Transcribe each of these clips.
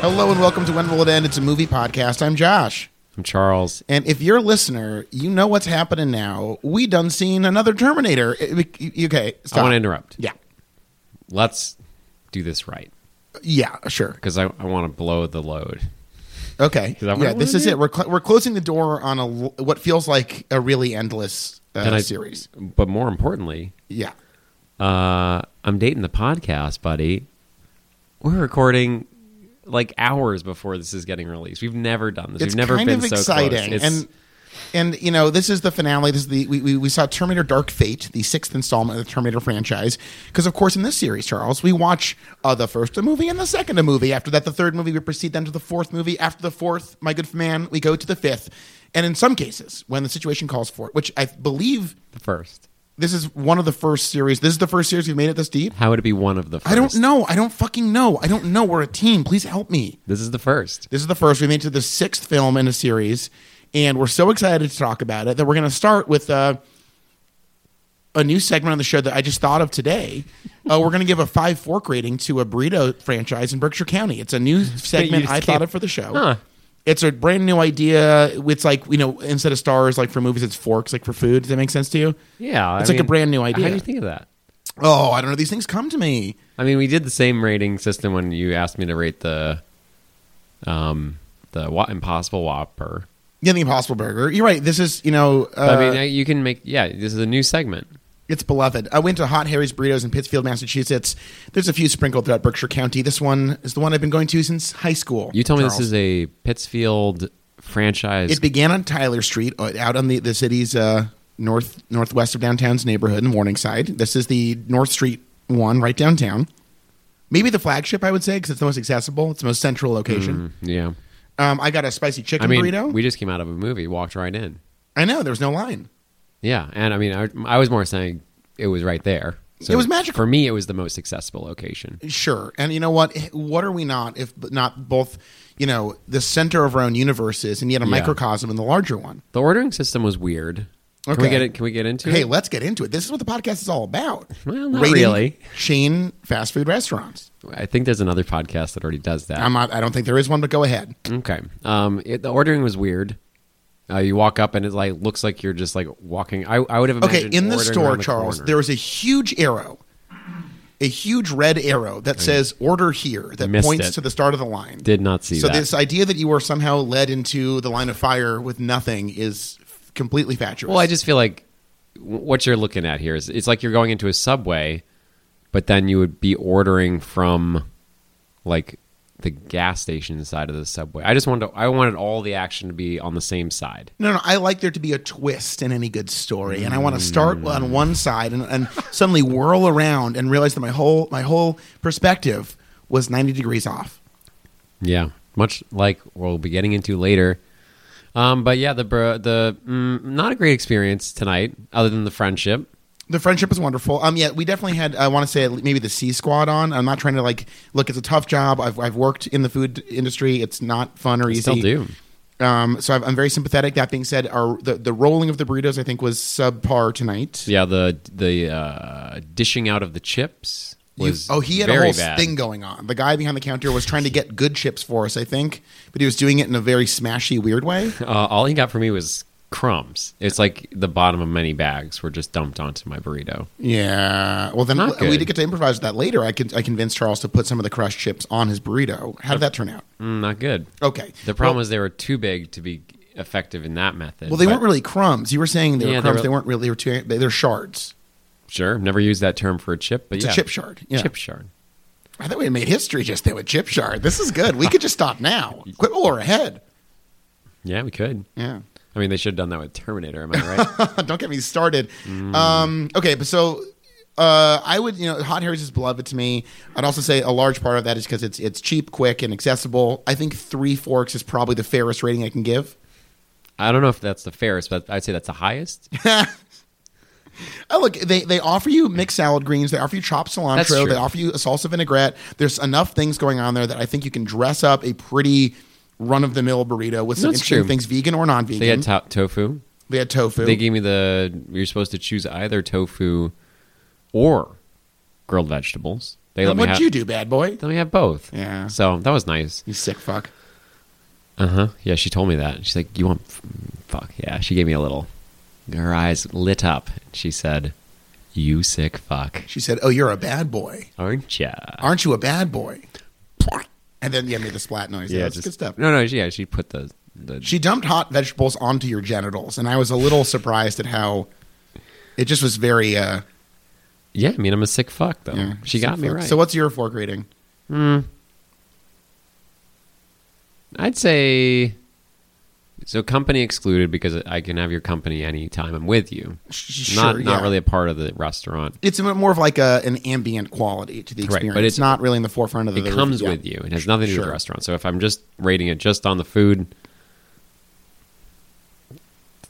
Hello and welcome to When Will It End? It's a movie podcast. I'm Josh. I'm Charles. And if you're a listener, you know what's happening now. We done seen another Terminator. I- I- Okay, stop. I want to interrupt. Yeah, Let's do this right yeah, sure. because I, I want to blow the load. Okay, that what yeah, it this was? is it. We're cl- we're closing the door on a l- what feels like a really endless uh, I- series. But more importantly, Yeah, uh, I'm dating the podcast, buddy. We're recording like hours before this is getting released. We've never done this. it's We've never kind been of so exciting close. It's- and. And you know this is the finale. This is the we, we, we saw Terminator Dark Fate, the sixth installment of the Terminator franchise. Because of course, in this series, Charles, we watch uh, the first a movie and the second a movie. After that, the third movie. We proceed then to the fourth movie. After the fourth, my good man, we go to the fifth. And in some cases, when the situation calls for it, which I believe the first. this is one of the first series. This is the first series we've made it this deep. How would it be one of the first? I don't know. I don't fucking know. I don't know. We're a team. Please help me. This is the first. This is the first. We made it to the sixth film in a series, and we're so excited to talk about it that we're going to start with uh, a new segment on the show that I just thought of today. Uh, we're going to give a five fork rating to a burrito franchise in Berkshire County. It's a new segment just I thought came- of for the show. Huh. It's a brand new idea. It's like you know, instead of stars like for movies, it's forks like for food. Does that make sense to you? Yeah. It's like a brand new idea. How do you think of that? Oh, I don't know. These things come to me. I mean, we did the same rating system when you asked me to rate the um the Wa- Impossible Whopper. Yeah, the Impossible Burger. You're right. This is you know. Uh, But, I mean, I- you can make yeah. This is a new segment. It's beloved. I went to Hot Harry's Burritos in Pittsfield, Massachusetts. There's a few sprinkled throughout Berkshire County. This one is the one I've been going to since high school. You told me this Charles. is a Pittsfield franchise. It began on Tyler Street, uh, out on the the city's uh, north northwest of downtown's neighborhood in Morningside. This is the North Street one, right downtown. Maybe the flagship, I would say, because it's the most accessible. It's the most central location. Mm, yeah. Um, I got a spicy chicken Hmm. I mean, burrito. we just came out of a movie, walked right in. I know there was no line. Yeah, and I mean, I, I was more saying it was right there. So It was magical. for me. It was the most accessible location. Sure. And you know what? Eh, What are we not if not both, you know, the center of our own universes and yet a Yeah. microcosm in the larger one? The ordering system was weird. Can Okay. we get it? Can we get into Hey, it? let's get into it. This is what the podcast is all about. Well, not really. Chain fast food restaurants. I think there's another podcast that already does that. I'm not, I don't think there is one, but go ahead. Okay. Um, it, the ordering was weird. Uh, you walk up and it like looks like you're just like walking. I, I would have Okay, imagined in the ordering store, around Charles, corner. there was a huge arrow, a huge red arrow that says "Order here" that Missed points it. to the start of the line. did not see so that. this idea that you were somehow led into the line of fire with nothing is f- completely fatuous. Well, I just feel like w- what you're looking at here is it's like you're going into a subway, but then you would be ordering from like the gas station side of the subway. I just wanted to, I wanted all the action to be on the same side. No, no, I like there to be a twist in any good story, and I want to start Mm. on one side and, and suddenly whirl around and realize that my whole my whole perspective was ninety degrees off. Yeah, much like we'll be getting into later. Um, but yeah, the bro, the mm, not a great experience tonight, other than the friendship. The friendship is wonderful. Um, yeah, we definitely had. I want to say maybe the C squad on. I'm not trying to like look. It's a tough job. I've I've worked in the food industry. It's not fun or easy. Still do. Um, so I've, I'm very sympathetic. That being said, our the, the rolling of the burritos I think was subpar tonight. Yeah, the the uh, dishing out of the chips You- was oh, he had a very whole bad. thing going on. The guy behind the counter was trying to get good chips for us, I think, but he was doing it in a very smashy, weird way. Uh, all he got for me was crumbs. It's like the bottom of many bags were just dumped onto my burrito. Yeah. Well, then Not we good. did get to improvise with that later. I con- I convinced Charles to put some of the crushed chips on his burrito. How did that turn out? Mm, not good. Okay. The problem was they were too big to be effective in that method. Well, they but- weren't really crumbs. You were saying they were Yeah, they crumbs. were- They, were, not really. They were too, they- they're shards. sure. Never used that term for a chip, but It's yeah, a chip shard. Yeah. Chip shard. I thought we made history just there with chip shard. This is good. We could just stop now. Quit while we're ahead. Yeah, we could. Yeah. I mean, they should have done that with Terminator. Am I right? don't get me started. Um, okay, but so uh, I would, you know, Hot Harry's is beloved to me. I'd also say a large part of that is because it's it's cheap, quick, and accessible. I think three forks is probably the fairest rating I can give. I don't know if that's the fairest, but I'd say that's the highest. Oh, look, they, they offer you mixed salad greens. They offer you chopped That's cilantro. true. They offer you a salsa vinaigrette. There's enough things going on there that I think you can dress up a pretty run of the mill burrito with some That's interesting true. things, vegan or non vegan. They had to- tofu. they had tofu. They gave me the you're supposed to choose either tofu or grilled vegetables. They let me what'd have. you do, bad boy? They let me have both. Yeah. So that was nice. You sick fuck. Uh huh. Yeah, she told me that. She's like, "You want f- fuck?" Yeah. She gave me a little. Her eyes lit up. She said, "You sick fuck, She said, "Oh, you're a bad boy, aren't ya?" aren't you? A bad boy." And then yeah, made the splat noise. Yeah, that's just- good stuff. No, no. Yeah, she put the the. She dumped hot vegetables onto your genitals, and I was a little surprised at how it just was very. Uh, yeah, I mean, I'm a sick fuck though. yeah, she got me so- right. So what's your fork rating? I'd say so company excluded because I can have your company anytime I'm with you. Sh- not sure, not yeah. really a part of the restaurant. It's a- more of like a, an ambient quality to the Correct, but experience. it's- it's, not really in the forefront of the. It comes yeah. with you. It has nothing to do with the Sure. restaurant. So if I'm just rating it just on the food,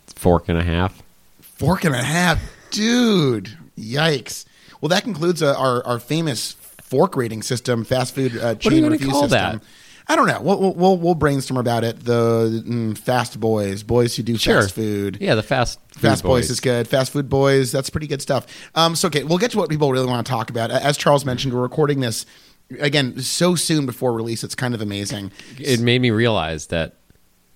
fork and a half. Fork and a half, dude. Yikes. Well, that concludes uh, our our famous fork rating system, fast food uh, chain are you gonna review call system. that? I don't know. We'll, we'll- we'll we'll brainstorm about it. The mm, fast boys, boys who do Sure. fast food. Yeah, the fast food Fast Boys. is good. Fast Food Boys, that's pretty good stuff. Um, so, okay, we'll get to what people really want to talk about. As Charles mentioned, we're recording this again so soon before release. It's kind of amazing. It made me realize that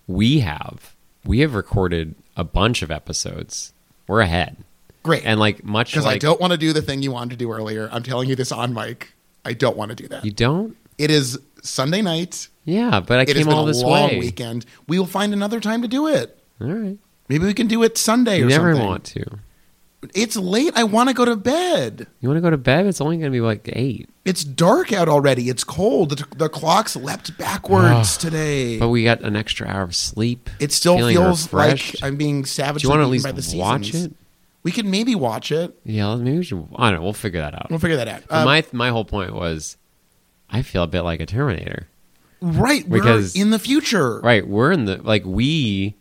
we have we have recorded a bunch of episodes. We're ahead. Great. And like much Because like I don't want to do the thing you wanted to do earlier. I'm telling you this on mic. I don't want to do that. you don't? It is Sunday night. Yeah, but I It has came been all a this long way. weekend. We will find another time to do it. All right. Maybe we can do it Sunday You or never something. want to. It's late. I want to go to bed. You want to go to bed? It's only going to be like eight. It's dark out already. It's cold. The, the clocks leapt backwards today. But we got an extra hour of sleep. It still Feeling feels refreshed. like I'm being savagely Do you wanna at beaten least by the watch seasons. it? We could maybe watch it. yeah, let- maybe we should. I don't know. We'll figure that out. We'll figure that out. But Uh, my my whole point was, I feel a bit like a Terminator. right, because- we're in the future. Right. We're in the like we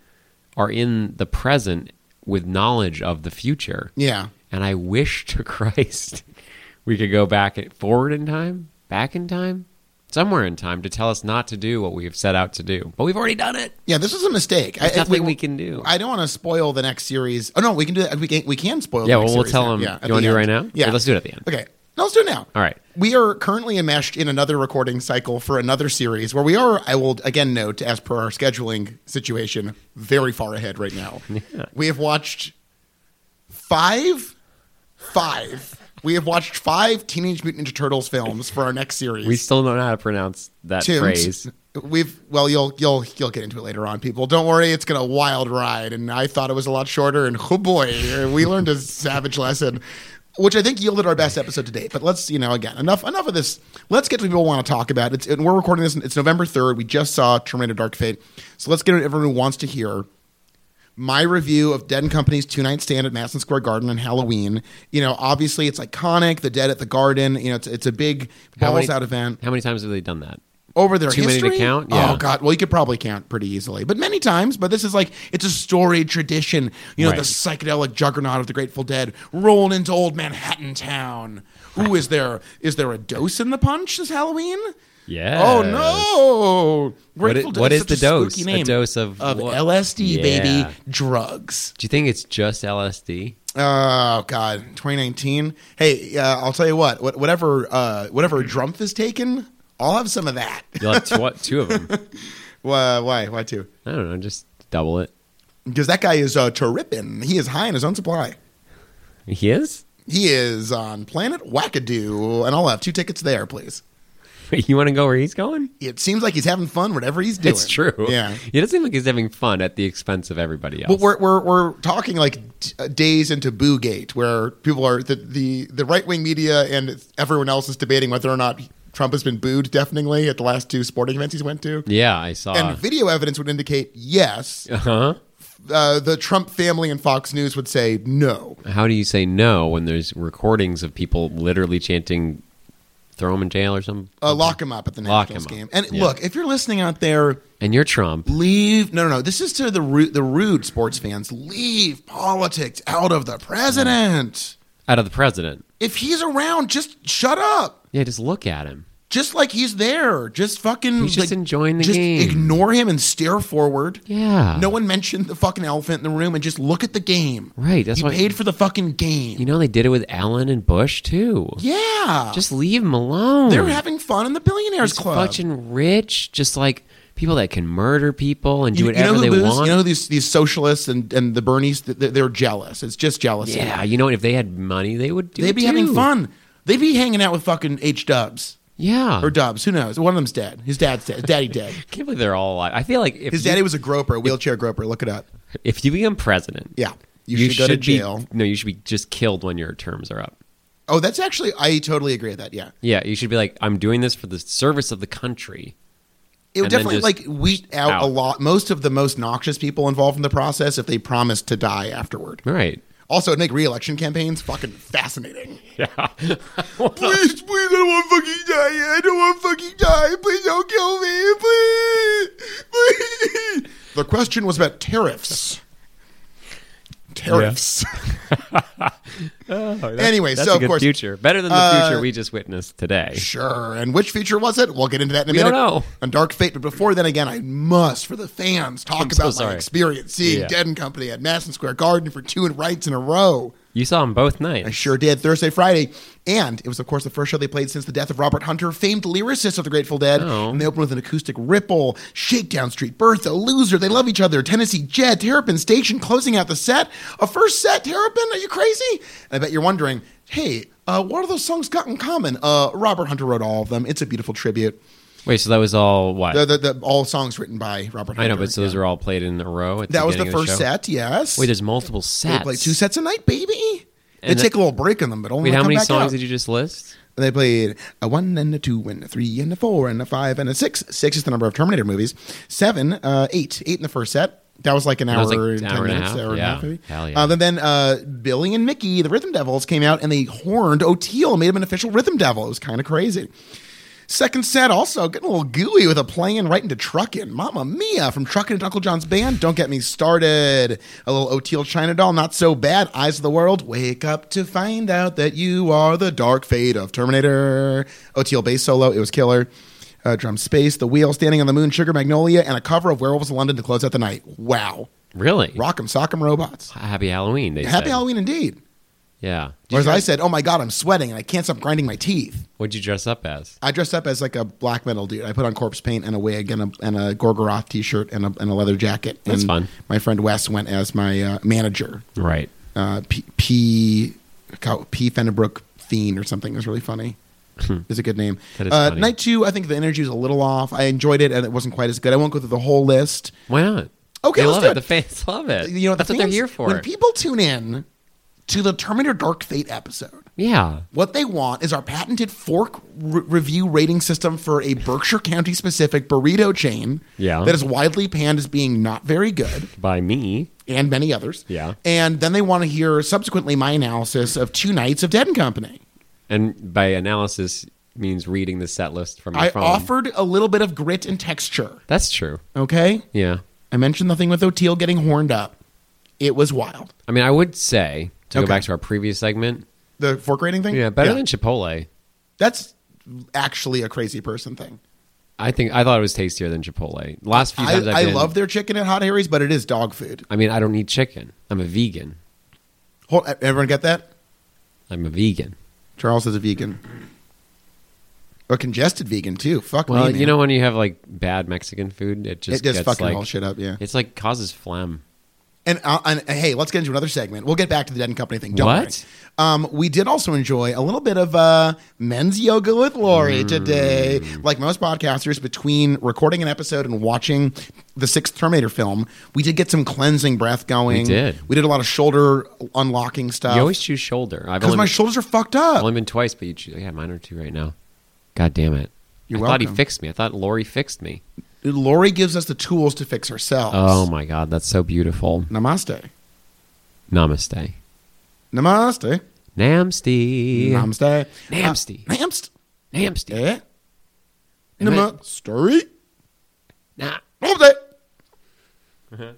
are in the present with knowledge of the future. Yeah. And I wish to Christ we could go back and forward in time, back in time, somewhere in time to tell us not to do what we have set out to do. But we've already done it. Yeah, this is a mistake. There's I, nothing we can do. I don't want to spoil the next series. Oh no, we can do that. We can, we can spoil. Yeah, the next well, we'll series tell now. them- Yeah, you at wanna the do it end. right now? Yeah, Okay, let's do it at the end. Okay, no, let's do it now. All right. We are currently enmeshed in another recording cycle for another series where we are. I will again note, as per our scheduling situation, very far ahead right now. We have watched five, five. We have watched five Teenage Mutant Ninja Turtles films for our next series. We still don't know how to pronounce that Toons. phrase. We've well, you'll you'll you'll get into it later on, people. Don't worry, it's gonna wild ride. And I thought it was a lot shorter, and oh boy, we learned a savage lesson, which I think yielded our best episode to date. But let's you know again enough enough of this. Let's get to what people want to talk about. It's and we're recording this. It's November third. We just saw Terminator Dark Fate, so let's get to what everyone who wants to hear my review of Dead and Company's two night stand at Madison Square Garden on Halloween. You know, obviously it's iconic. The Dead at the Garden. You know, it's it's a big How balls many- out event How many times have they done that? over their Too many to history. count? Yeah. Oh God! Well, you could probably count pretty easily, but many times. But this is like it's a storied tradition. You know, Right. the psychedelic juggernaut of the Grateful Dead rolling into old Manhattan town. Who is there? Is there a dose in the punch this Halloween? Yes. Oh no! What i- Grateful Dead what is is the such a dose? spooky A name. dose of of what? LSD, baby, Yeah. drugs. Do you think it's just LSD? Oh God, 2019. Hey, uh, I'll tell you what. what whatever, uh, whatever Drumpf is taken, I'll have some of that. You'll have tw- two of them. why? Why? Why two? I don't know. Just double it. because that guy is uh, terrippin'. He is high in his own supply. He is? He is on Planet Wackadoo, and I'll have two tickets there, please. Wait, you want to go where he's going? It seems like he's having fun, whatever he's doing. It's true. Yeah. It doesn't seem like he's having fun at the expense of everybody else. But we're, we're, we're talking like t- uh, days into Boo Gate, where people are, the, the, the right wing media and everyone else is debating whether or not Trump has been booed deafeningly at the last two sporting events he's went to. yeah, I saw. And video evidence would indicate yes. huh? Uh, the Trump family and Fox News would say no. How do you say no when there's recordings of people literally chanting, throw him in jail or something? Uh, lock him up at the Lock Nationals him game. up. And Yeah. look, if you're listening out there, and you're Trump. leave no no no this is to the root the rude sports fans leave politics out of the president Out of the president. if he's around just shut up Yeah, just look at him. Just like he's there, just fucking. He's just like, enjoying the just game. Ignore him and stare forward. Yeah. No one mentioned the fucking elephant in the room, and just look at the game. Right, that's you why- paid for the fucking game. You know they did it with Allen and Bush too. yeah, Just leave him alone. they're having fun in the billionaires He's club. fucking rich, just like people that can murder people and do you, you know whatever who they lose? want. You know these these socialists and and the Bernies. th- They're jealous. It's just jealousy. yeah, you know if they had money, they would do. they'd it be having too. fun. They'd be hanging out with fucking H Dubs Yeah, or Dubs. Who knows? One of them's dead. His dad's dead. His daddy dead. I can't believe they're all alive. I feel like if His you, daddy was a groper, a wheelchair groper. Look it up. if you become president, Yeah, you, should, go to be- jail. no, you should be just killed when your terms are up. Oh, that's actually I totally agree with that. Yeah, Yeah, you should be like, I'm doing this for the service of the country. it would And then definitely like just weed out, out. a lot. Most of the most noxious people involved in the process if they promised to die afterward. Right. Also, it'd make reelection campaigns fucking fascinating. Yeah. please, please, I don't want to fucking die. I don't want to fucking die. Please don't kill me. Please. Please. The question was about tariffs. Tariffs. anyway, Oh, That's so a of good course. future better than the uh, future we just witnessed today. Sure. And which feature was it? We'll get into that in a We minute. don't know. On Dark Fate. But before then, again, I must, for the fans, talk so about my sorry. experience seeing Yeah. Dead and Company at Madison Square Garden for two nights in a row. You saw them both nights. I sure did. Thursday, Friday. And it was, of course, the first show they played since the death of Robert Hunter, famed lyricist of the Grateful Dead. Oh. And they opened with an acoustic Ripple, Shakedown Street, Bertha, Loser, They Love Each Other, Tennessee Jet, Terrapin Station, closing out the set. A first set, Terrapin? Are you crazy? And I bet you're wondering, hey, uh, what are those songs got in common? Uh, Robert Hunter wrote all of them. It's a beautiful tribute. Wait, so that was all what? The, the, the, all songs written by Robert Hunter. I know, but so those yeah. are all played in a row. At That was the beginning of first show? set, yes. Wait, there's multiple sets. they play two sets a night, baby. And they the- take a little break in the middle. and Wait, they how come many back songs out. did you just list? They played a one and a two and a three and a four and a five and a six. Six is the number of Terminator movies. Seven, uh, eight, eight in the first set. That was like an hour, was like and an ten hour and a minutes, half, hour and a yeah. half. Maybe. Hell yeah. Uh, then then uh, Billy and Mickey, the Rhythm Devils, came out and they horned O'Teal, made him an official Rhythm Devil. It was kind of crazy. Second set also getting a little gooey with a playing right into Truckin'. Mama Mia from Truckin' and Uncle John's band. Don't get me started. A little O'Teal China doll, not so bad. Eyes of the World. Wake up to find out that you are the dark fate of Terminator. O'Teal bass solo. It was killer. Uh, drum space, the wheel, standing on the moon, sugar magnolia, and a cover of Werewolves of London to close out the night. Wow. Really? Rock'em sock'em robots. Happy Halloween. They Happy said. Halloween indeed. Yeah. Or Did you as I dress- said, oh my god, I'm sweating and I can't stop grinding my teeth. What'd you dress up as? I dressed up as like a black metal dude. I put on corpse paint and a wig and a and a Gorgoroth t-shirt and a, and a leather jacket. That's and fun. My friend Wes went as my uh, manager, Right. uh, P P God, P Fenderbrook Fiend or something. It was really funny. It's a good name. That is uh, funny. Night two, I think the energy was a little off. I enjoyed it and it wasn't quite as good. I won't go through the whole list. Why not? Okay, They let's love do it. it. The fans love it. Uh, You know that's the what fans- they're here for. When people tune in to the Terminator Dark Fate episode. yeah. What they want is our patented fork re- review rating system for a Berkshire County specific burrito chain Yeah. that is widely panned as being not very good By me. and many others. Yeah. And then they want to hear subsequently my analysis of two nights of Dead and Company. And by analysis means reading the set list from your I phone. offered a little bit of grit and texture. That's true. Okay. Yeah. I mentioned the thing with O'Teal getting horned up. It was wild. I mean, I would say to Okay. go back to our previous segment. The fork rating thing? Yeah, better than Chipotle. That's actually a crazy person thing. I think I thought it was tastier than Chipotle. Last few I, times I've I been- love their chicken at Hot Harry's, but it is dog food. I mean, I don't eat chicken. I'm a vegan. Hold, everyone get that? I'm a vegan. Charles is a vegan. A congested vegan too. Fuck Well, me. man. you know when you have like bad Mexican food, it just it just gets, fucking like, all shit up. Yeah. It's like causes phlegm. And, uh, and uh, hey, let's get into another segment. We'll get back to the Dead and Company thing. Don't What? worry. Um, we did also enjoy a little bit of uh, men's yoga with Mm. Lori today. Like most podcasters, between recording an episode and watching the sixth Terminator film, we did get some cleansing breath going. We did. We did a lot of shoulder unlocking stuff. You always choose shoulder. I've because only, Uh, my shoulders are fucked up. only been twice, but you choose. Yeah, mine are two right now. God damn it! You're I thought he welcome. fixed me. I thought Lori fixed me. Lori gives us the tools to fix ourselves. Oh my god, that's so beautiful. Namaste. Namaste. Namaste. Namsty. Namaste. Namsty. Uh, Namst. Namsty. Eh? Namaste. Nah. Namaste.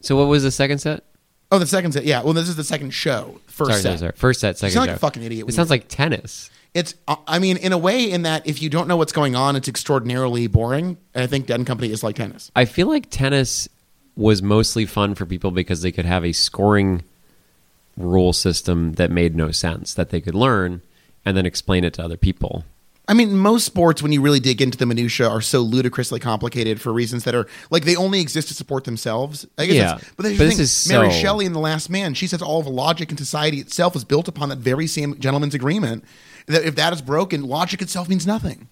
So what was the second set? Oh, the second set. Yeah. Well, this is the second show. First set. Sorry, sorry, sorry. First set, second sound like show. a fucking idiot It when sounds you- like tennis. It's, uh, I mean, in a way, in that if you don't know what's going on, it's extraordinarily boring. And I think Dead and Company is like tennis. I feel like tennis was mostly fun for people because they could have a scoring rule system that made no sense that they could learn and then explain it to other people. I mean, most sports, when you really dig into the minutia, are so ludicrously complicated for reasons that are like they only exist to support themselves. I guess Yeah. that's- but, that's But the this thing. is Mary so- Shelley in The Last Man, she says all of logic in society itself is built upon that very same gentleman's agreement. That if that is broken, logic itself means nothing.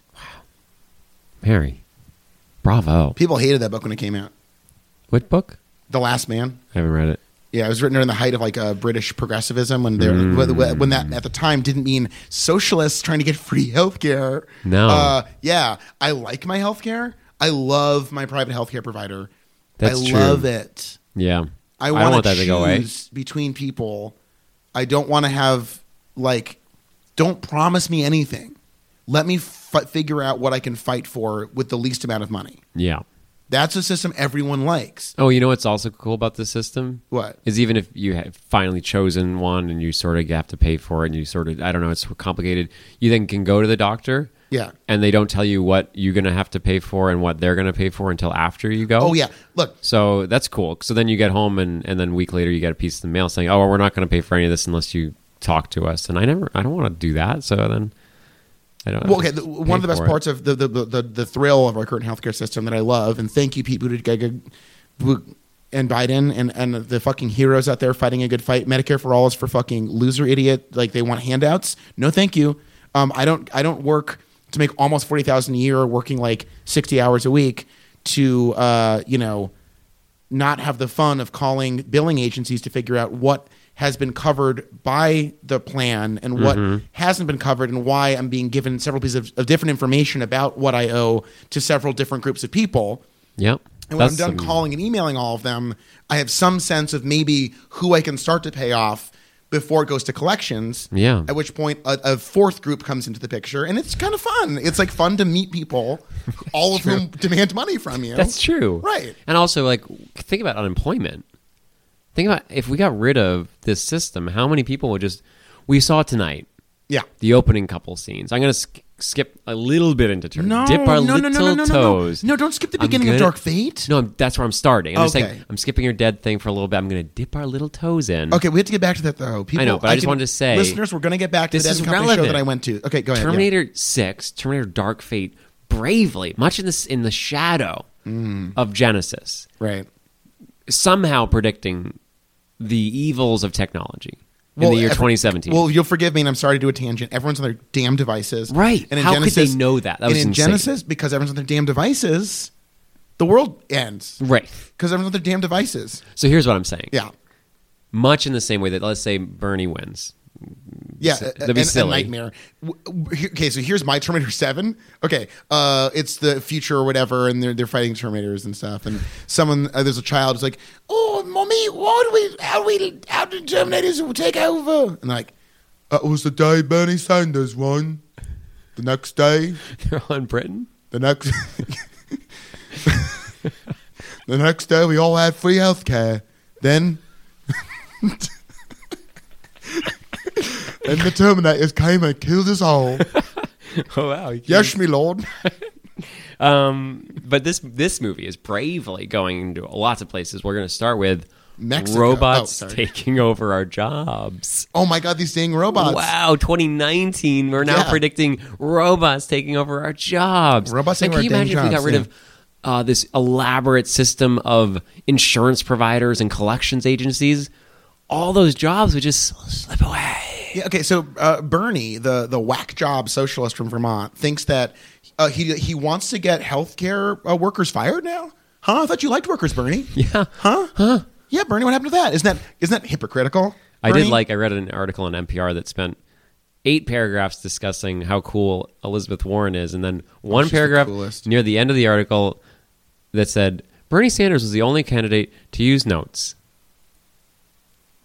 Mary, bravo. People hated that book when it came out. What book? The Last Man. I haven't read it. Yeah, it was written during the height of like uh, British progressivism when there Mm. when- when that at the time didn't mean socialists trying to get free healthcare. No. Uh, yeah, I like my healthcare. I love my private healthcare provider. That's I true. love it. Yeah. I, don't want to that to go away. choose between people. I don't want to have like don't promise me anything. Let me fi- figure out what I can fight for with the least amount of money. Yeah. That's a system everyone likes. Oh, you know what's also cool about this system? What? Is even if you have finally chosen one and you sort of have to pay for it and you sort of, I don't know, it's complicated, you then can go to the doctor. Yeah. And they don't tell you what you're going to have to pay for and what they're going to pay for until after you go. Oh yeah. Look, So that's cool. So then you get home and, and then a week later you get a piece of the mail saying, oh, we're not going to pay for any of this unless you talk to us. And I never, I don't want to do that. So then I don't Well, okay. The, just one of pay the best for it. parts of the the, the the thrill of our current healthcare system that I love, and thank you, Pete Buttigieg Bu- and Biden, and and the fucking heroes out there fighting a good fight. Medicare for all is for fucking loser idiot. Like they want handouts. No, thank you. Um, I don't I don't work to make almost forty thousand a year, working like sixty hours a week to uh, you know not have the fun of calling billing agencies to figure out what has been covered by the plan and what Mm-hmm. hasn't been covered and why I'm being given several pieces of, of different information about what I owe to several different groups of people. Yep. And when That's I'm done some- calling and emailing all of them, I have some sense of maybe who I can start to pay off before it goes to collections. Yeah. At which point, a, a fourth group comes into the picture, and it's kind of fun. It's like fun to meet people, all of whom demand money from you. That's true. Right. And also, like, think about unemployment. Think about if we got rid of this system, how many people would just. We saw tonight Yeah. the opening couple scenes. I'm going to sk- skip a little bit into turn. No, Dip our no, no, no, little no, no, no, toes. No, don't skip the I'm beginning of gonna- Dark Fate. No, I'm, that's where I'm starting. I'm just Okay. like, I'm skipping your dead thing for a little bit. I'm going to dip our little toes in. Okay, we have to get back to that though. People, I know, but I just wanted to say- listeners, we're going to get back to This the is Dead and Company show relevant. that I went to. Okay, go ahead. yeah. Terminator Six, Terminator Dark Fate, bravely, much in this in the shadow Mm. of Genesis, Right. somehow predicting the evils of technology in the year ev- 2017. Well, you'll forgive me, and I'm sorry to do a tangent. Everyone's on their damn devices, Right. And in How could Genesis, they know that? That and was in insane. Genesis because everyone's on their damn devices, the world ends right. because everyone's on their damn devices. So here's what I'm saying. Yeah, Much in the same way that let's say Bernie wins. yeah. S- that'd be a- and- and silly. nightmare. W- w- here- Okay, so here's my Terminator Seven. Okay, uh, it's the future or whatever, and they're they're fighting Terminators and stuff. And someone uh, there's a child who's like, "Oh, mommy, why do we how we how the Terminators will take over?" And like, that was the day Bernie Sanders won. The next day, They're on Britain. The next The next day we all had free health care. Then And the Terminators came and killed us all. Oh wow. Yes, me lord. Um, but this this movie is bravely going into lots of places. We're going to start with Mexico. Oh, robots sorry. taking over our jobs. Oh my god, these dang robots. Wow, 2019. We're now Yeah. predicting robots taking over our jobs. Robots Like, taking can over our you imagine dang if we got rid jobs, of uh, this elaborate system of insurance providers and collections agencies? All those jobs would just slip away. Yeah, okay, so uh, Bernie, the the whack job socialist from Vermont, thinks that uh, he he wants to get healthcare uh, workers fired now. Huh? I thought you liked workers, Bernie. Yeah. Huh? Huh? Yeah, Bernie. What happened to that? Isn't that isn't that hypocritical? I did Bernie? like, I read an article on NPR that spent eight paragraphs discussing how cool Elizabeth Warren is. And then one she's the paragraph coolest. near the end of the article that said Bernie Sanders was the only candidate to use notes.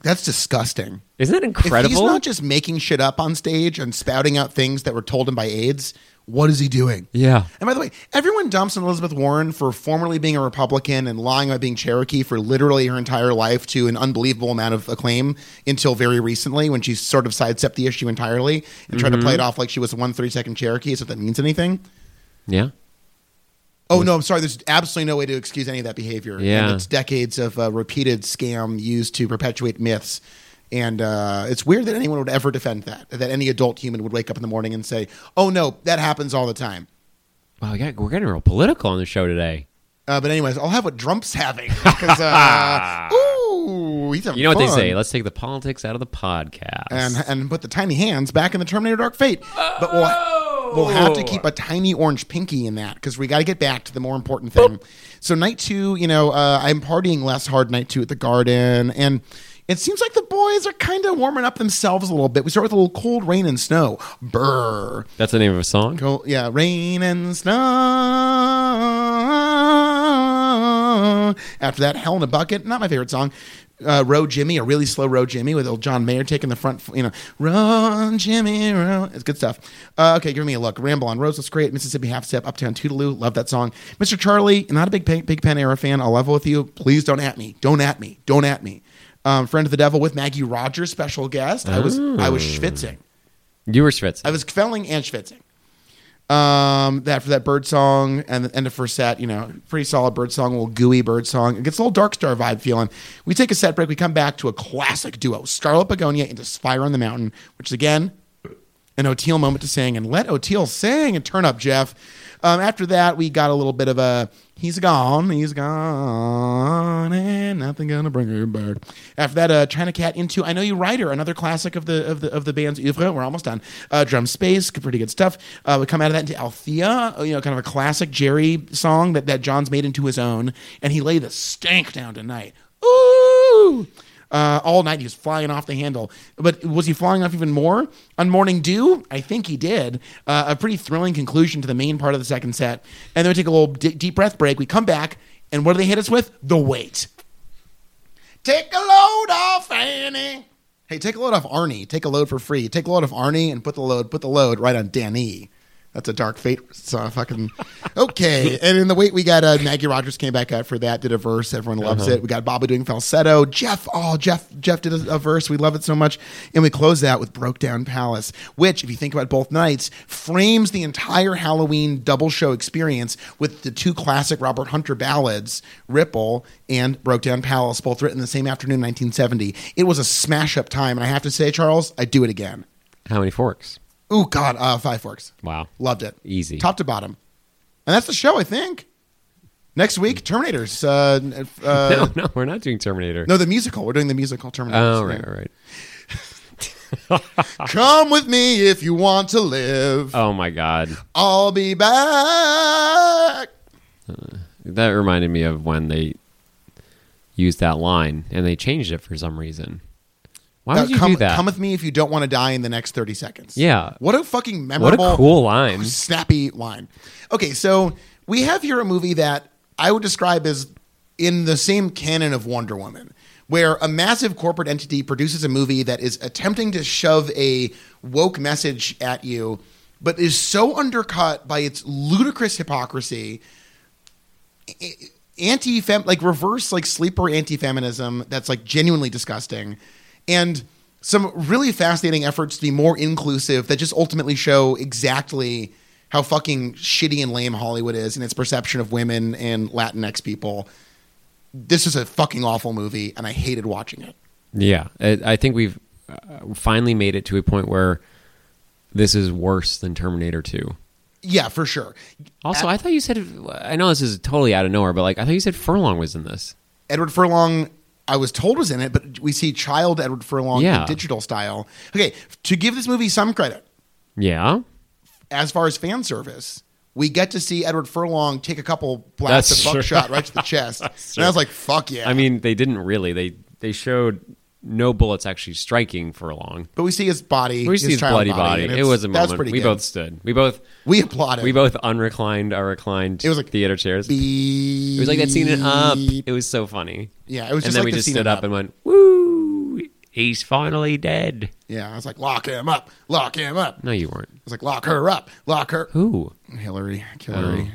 That's disgusting. Isn't that If incredible? he's not just making shit up on stage and spouting out things that were told him by aides, what is he doing? Yeah. And by the way, everyone dumps on Elizabeth Warren for formerly being a Republican and lying about being Cherokee for literally her entire life to an unbelievable amount of acclaim until very recently when she sort of sidestepped the issue entirely and tried to play it off like she was a one thirty second Cherokee, so if that means anything. Yeah. Oh no, I'm sorry. There's absolutely no way to excuse any of that behavior. And Yeah. it's decades of uh, repeated scam used to perpetuate myths, and uh, it's weird that anyone would ever defend that. That any adult human would wake up in the morning and say, "Oh no, that happens all the time." Wow, we got, we're getting real political on the show today. Uh, but anyways, I'll have what Drump's having because uh, ooh, he's having You know what they fun. say? Let's take the politics out of the podcast. and and put the tiny hands back in the Terminator Dark Fate. But we'll, we'll have to keep a tiny orange pinky in that because we got to get back to the more important thing. So night two, you know, uh, I'm partying less hard night two at the Garden, and it seems like the boys are kind of warming up themselves a little bit. We start with a little cold rain and snow. Brr. That's the name of a song. Cold, yeah, rain and snow. After that, Hell in a Bucket, not my favorite song. Uh, Row Jimmy, a really slow Row Jimmy with old John Mayer taking the front, you know, Run Jimmy, run. It's good stuff. Uh, okay, give me a look. Ramble on Rose looks great. Mississippi Half Step, Uptown Toodaloo, love that song. Mr. Charlie, not a big Pan- Big Pan era fan. I'll level with you. Please don't at me. Don't at me. Don't at me. Um, Friend of the Devil with Maggie Rogers, special guest. I was I was schwitzing. You were Schwitz. I was felling and schwitzing. Um, that for that bird song and the end of first set, you know, pretty solid bird song, a little gooey bird song. It gets a little dark star vibe feeling. We take a set break, we come back to a classic duo, Scarlet Begonia into Fire on the Mountain, which is again an O'Teal moment to sing and let O'Teal sing and turn up Jeff. Um, after that, we got a little bit of a he's gone, he's gone, and nothing gonna bring her back. After that, uh, China Cat into I Know You Rider, another classic of the of the of the band's oeuvre. We're almost done. Uh, Drum Space, pretty good stuff. Uh, we come out of that into Althea, uh, you know, kind of a classic Jerry song that that John's made into his own, and he lay the stank down tonight. Ooh. Uh, all night he was flying off the handle. But was he flying off even more on Morning Dew? I think he did. Uh, a pretty thrilling conclusion to the main part of the second set. And then we take a little d- deep breath break. We come back, and what do they hit us with? The weight. Take a load off Annie. Hey, take a load off Arnie. Take a load for free. Take a load off Arnie and put the load, put the load right on Danny. That's a dark fate. So I fucking okay. And in the wait, we got uh, Maggie Rogers came back out for that. Did a verse. Everyone loves it. We got Bobby doing falsetto. Jeff. Oh, Jeff. Jeff did a, a verse. We love it so much. And we close that with Broke Down Palace, which, if you think about both nights, frames the entire Halloween double show experience with the two classic Robert Hunter ballads, Ripple and Broke Down Palace, both written the same afternoon, 1970. It was a smash up time, and I have to say, Charles, I do it again. How many forks? Ooh, God, uh, Five Forks. Wow. Loved it. Easy. Top to bottom. And that's the show, I think. Next week, Terminators. Uh, uh, no. no, no, we're not doing Terminator. the musical. We're doing the musical Terminators. oh, right, right, right. Come with me if you want to live. Oh my God, I'll be back. that reminded me of when they used that line and they changed it for some reason. Why Now, would you Uh, come, do that? come with me if you don't want to die in the next 30 seconds. Yeah. What a fucking what a memorable, cool line. snappy line. Okay, so we have here a movie that I would describe as in the same canon of Wonder Woman, where a massive corporate entity produces a movie that is attempting to shove a woke message at you, but is so undercut by its ludicrous hypocrisy anti fem like reverse like sleeper anti feminism that's like genuinely disgusting and some really fascinating efforts to be more inclusive that just ultimately show exactly how fucking shitty and lame Hollywood is and its perception of women and Latinx people. This is a fucking awful movie and I hated watching it. Yeah, I, I think we've uh, finally made it to a point where this is worse than Terminator Two. Yeah, for sure. Also, I thought you said I know this is totally out of nowhere, but like I thought you said Furlong was in this. Edward Furlong, I was told was in it, but we see child Edward Furlong Yeah. in digital style. Okay, to give this movie some credit, Yeah, as far as fan service, we get to see Edward Furlong take a couple blasts That's of true. buckshot right to the chest. and I was like, fuck yeah. I mean they didn't really. They they showed no bullets actually striking Furlong. but we see his body. We just see his child bloody and body. It it's- was a that's moment. pretty We good. both stood. We both we applauded. we both unreclined our reclined. It was like, theater chairs. Beep. it uh, was like that scene in Up. It was so funny. Yeah, it was just and then like we the just scene in stood up Up. and went woo. he's finally dead. Yeah, I was like, lock him up, lock him up. I No, you weren't. was like, lock her up, lock her. Who? Hillary, Hillary.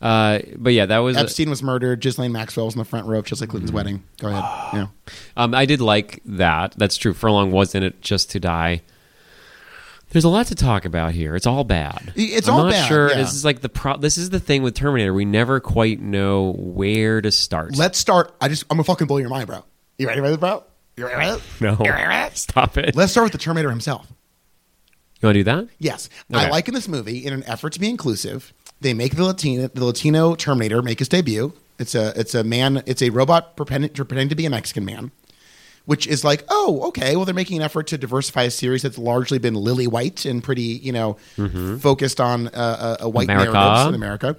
Uh, but yeah, that was. Epstein was murdered. Ghislaine Maxwell was in the front row of Chelsea Mm. Clinton's wedding. Go ahead. Yeah. Um, I did like that. That's true. Furlong was in it just to die. There's a lot to talk about here. It's all bad. It's I'm all not bad, Sure, yeah. this is like the pro- this is the thing with Terminator. We never quite know where to start. Let's start. I just I'm gonna fucking blow your mind, bro. You ready for this, bro? You ready for this? no, You ready for this? stop it. Let's start with the Terminator himself. you want to do that? Yes, I Okay. like in this movie, in an effort to be inclusive, they make the Latino the Latino Terminator make his debut. It's a it's a man. It's a robot pretending, pretending to be a Mexican man, which is like, oh, okay. Well, they're making an effort to diversify a series that's largely been lily white and pretty, you know, focused on uh, a, a white Mm-hmm. America. narratives in America.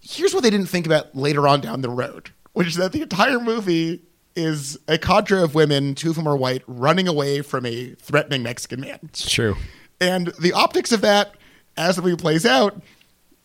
Here's what they didn't think about later on down the road, which is that the entire movie is a cadre of women, two of whom are white, running away from a threatening Mexican man. It's true. And the optics of that, as the movie plays out,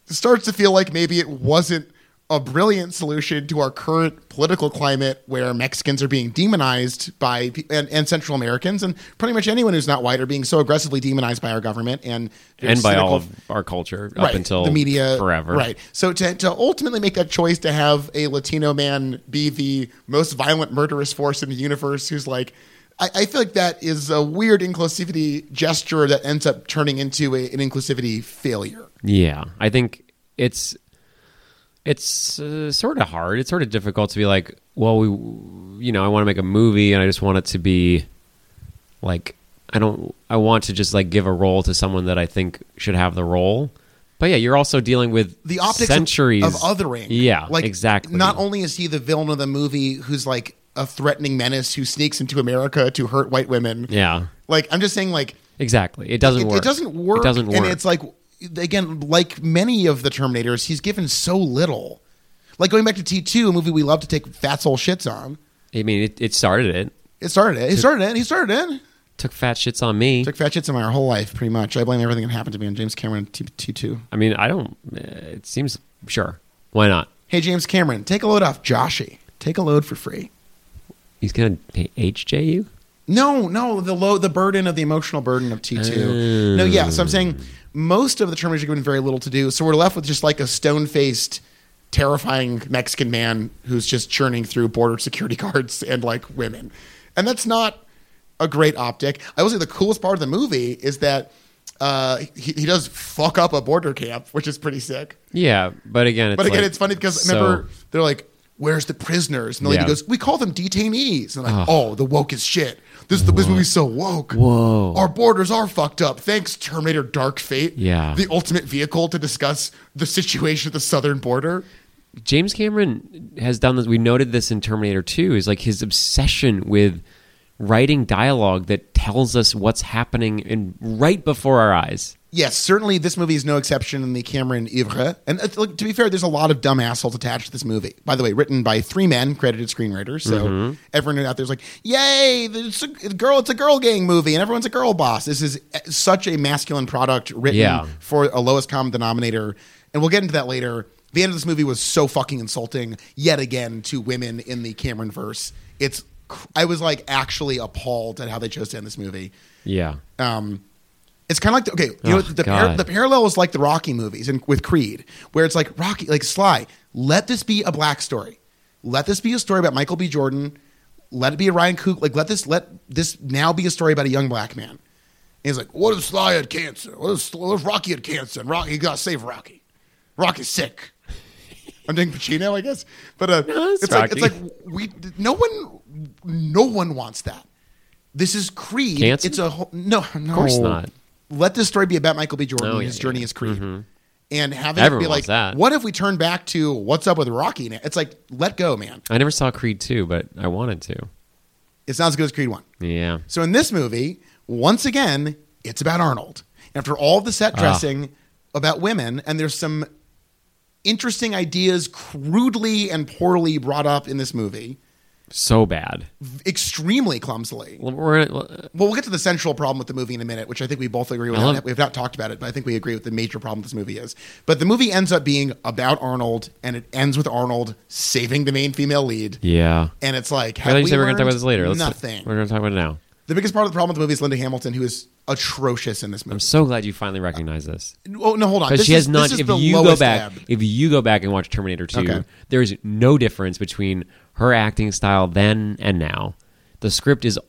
starts to feel like maybe it wasn't a brilliant solution to our current political climate where Mexicans are being demonized by pe- and, and Central Americans and pretty much anyone who's not white are being so aggressively demonized by our government and their and by all cynical- of our culture up right, until the media forever. right so to, to ultimately make that choice to have a latino man be the most violent murderous force in the universe who's like i, I feel like that is a weird inclusivity gesture that ends up turning into a, an inclusivity failure Yeah, I think it's it's uh, sort of hard. It's sort of difficult to be like, well, we, you know, I want to make a movie and I just want it to be like I don't I want to just like give a role to someone that I think should have the role. But yeah, you're also dealing with the optics of- centuries of, othering Yeah, like exactly. not only is he the villain of the movie who's like a threatening menace who sneaks into america to hurt white women yeah, like i'm just saying like exactly. It doesn't it, work. It doesn't work. It doesn't work. And it's like again, like many of the Terminators, he's given so little. Like going back to T two, a movie we love to take fat soul shits on. I mean, it, it started it. It started it. He started it. He started it. Took fat shits on me. Took fat shits on my whole life, pretty much. I blame everything that happened to me on James Cameron T two. I mean, I don't. uh, It seems sure. Why not? Hey James Cameron, take a load off Joshy. Take a load for free. He's gonna HJ you. No, no, the low, the burden of the emotional burden of T two. No, yeah. So I'm saying most of the Terminators are given very little to do, so we're left with just like a stone faced, terrifying Mexican man who's just churning through border security guards and like women, and that's not a great optic. I will say the coolest part of the movie is that uh, he, he does fuck up a border camp, which is pretty sick. Yeah, but again, it's But again, like, it's funny because so- remember they're like, "Where's the prisoners?" And the lady Yeah. goes, "We call them detainees." And I'm like, oh, the woke is shit. This this movie's so woke. Whoa. Our borders are fucked up. Thanks, Terminator: Dark Fate. Yeah. the ultimate vehicle to discuss the situation at the southern border. James Cameron has done this. We noted this in Terminator Two. Is like his obsession with writing dialogue that tells us what's happening in right before our eyes. Yes, certainly this movie is no exception in the Cameron Ivre. And uh, like, to be fair, there's a lot of dumb assholes attached to this movie. By the way, written by three men, credited screenwriters. So everyone out there's like, yay, it's a girl, it's a girl gang movie, and everyone's a girl boss. This is uh, such a masculine product written Yeah. for a lowest common denominator. And we'll get into that later. The end of this movie was so fucking insulting yet again to women in the Cameron verse. It's cr- I was like actually appalled at how they chose to end this movie Yeah, um, it's kind of like the, okay, you know, Oh, the, par- God. the parallel is like the Rocky movies and with Creed, where it's like Rocky, like Sly. Let this be a black story. Let this be a story about Michael B. Jordan. Let it be a Ryan Coog. Like let this let this now be a story about a young black man. And he's like, what if Sly had cancer? What if, Sl- what if Rocky had cancer? And Rocky, you gotta save Rocky. Rocky's sick. I'm doing Pacino, I guess, but uh, it's it's like it's Rocky. like we no one no one wants that. This is Creed. Cancer? It's a whole, no, no, of course not. Let this story be about Michael B. Jordan Oh, and yeah, his yeah, journey yeah. as Creed, and having it Everyone be like, wants that. what if we turn back to what's up with Rocky? Now? It's like, let go, man. I never saw Creed Two, but I wanted to. It's not as good as Creed One. Yeah, So in this movie, once again, it's about Arnold. After all the Ah. set dressing about women, and there's some interesting ideas crudely and poorly brought up in this movie. so bad. extremely clumsily. Well, We're, Well, we'll get to the central problem with the movie in a minute, which I think we both agree with. I love- we have not talked about it, but I think we agree with the major problem this movie is. But the movie ends up being about Arnold, and it ends with Arnold saving the main female lead. yeah. And it's like, I have thought you we said we're gonna talk learned about this later. Let's, Nothing. We're gonna talk about it now. The biggest part of the problem with the movie is Linda Hamilton, who is atrocious in this I'm movie. so glad you finally recognize this. Oh no, hold on. Because This she has is- not. This is If the you go lowest back, ebb. if you go back and watch Terminator Two, Okay. there is no difference between her acting style then and now. The script is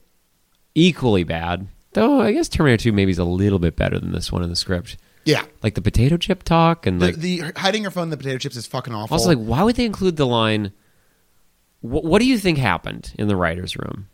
equally bad, though. I guess Terminator Two maybe is a little bit better than this one in the script. yeah. Like the potato chip talk and The, like the hiding your phone in the potato chips is fucking awful. also like why would they include the line? What, what do you think happened in the writers' room?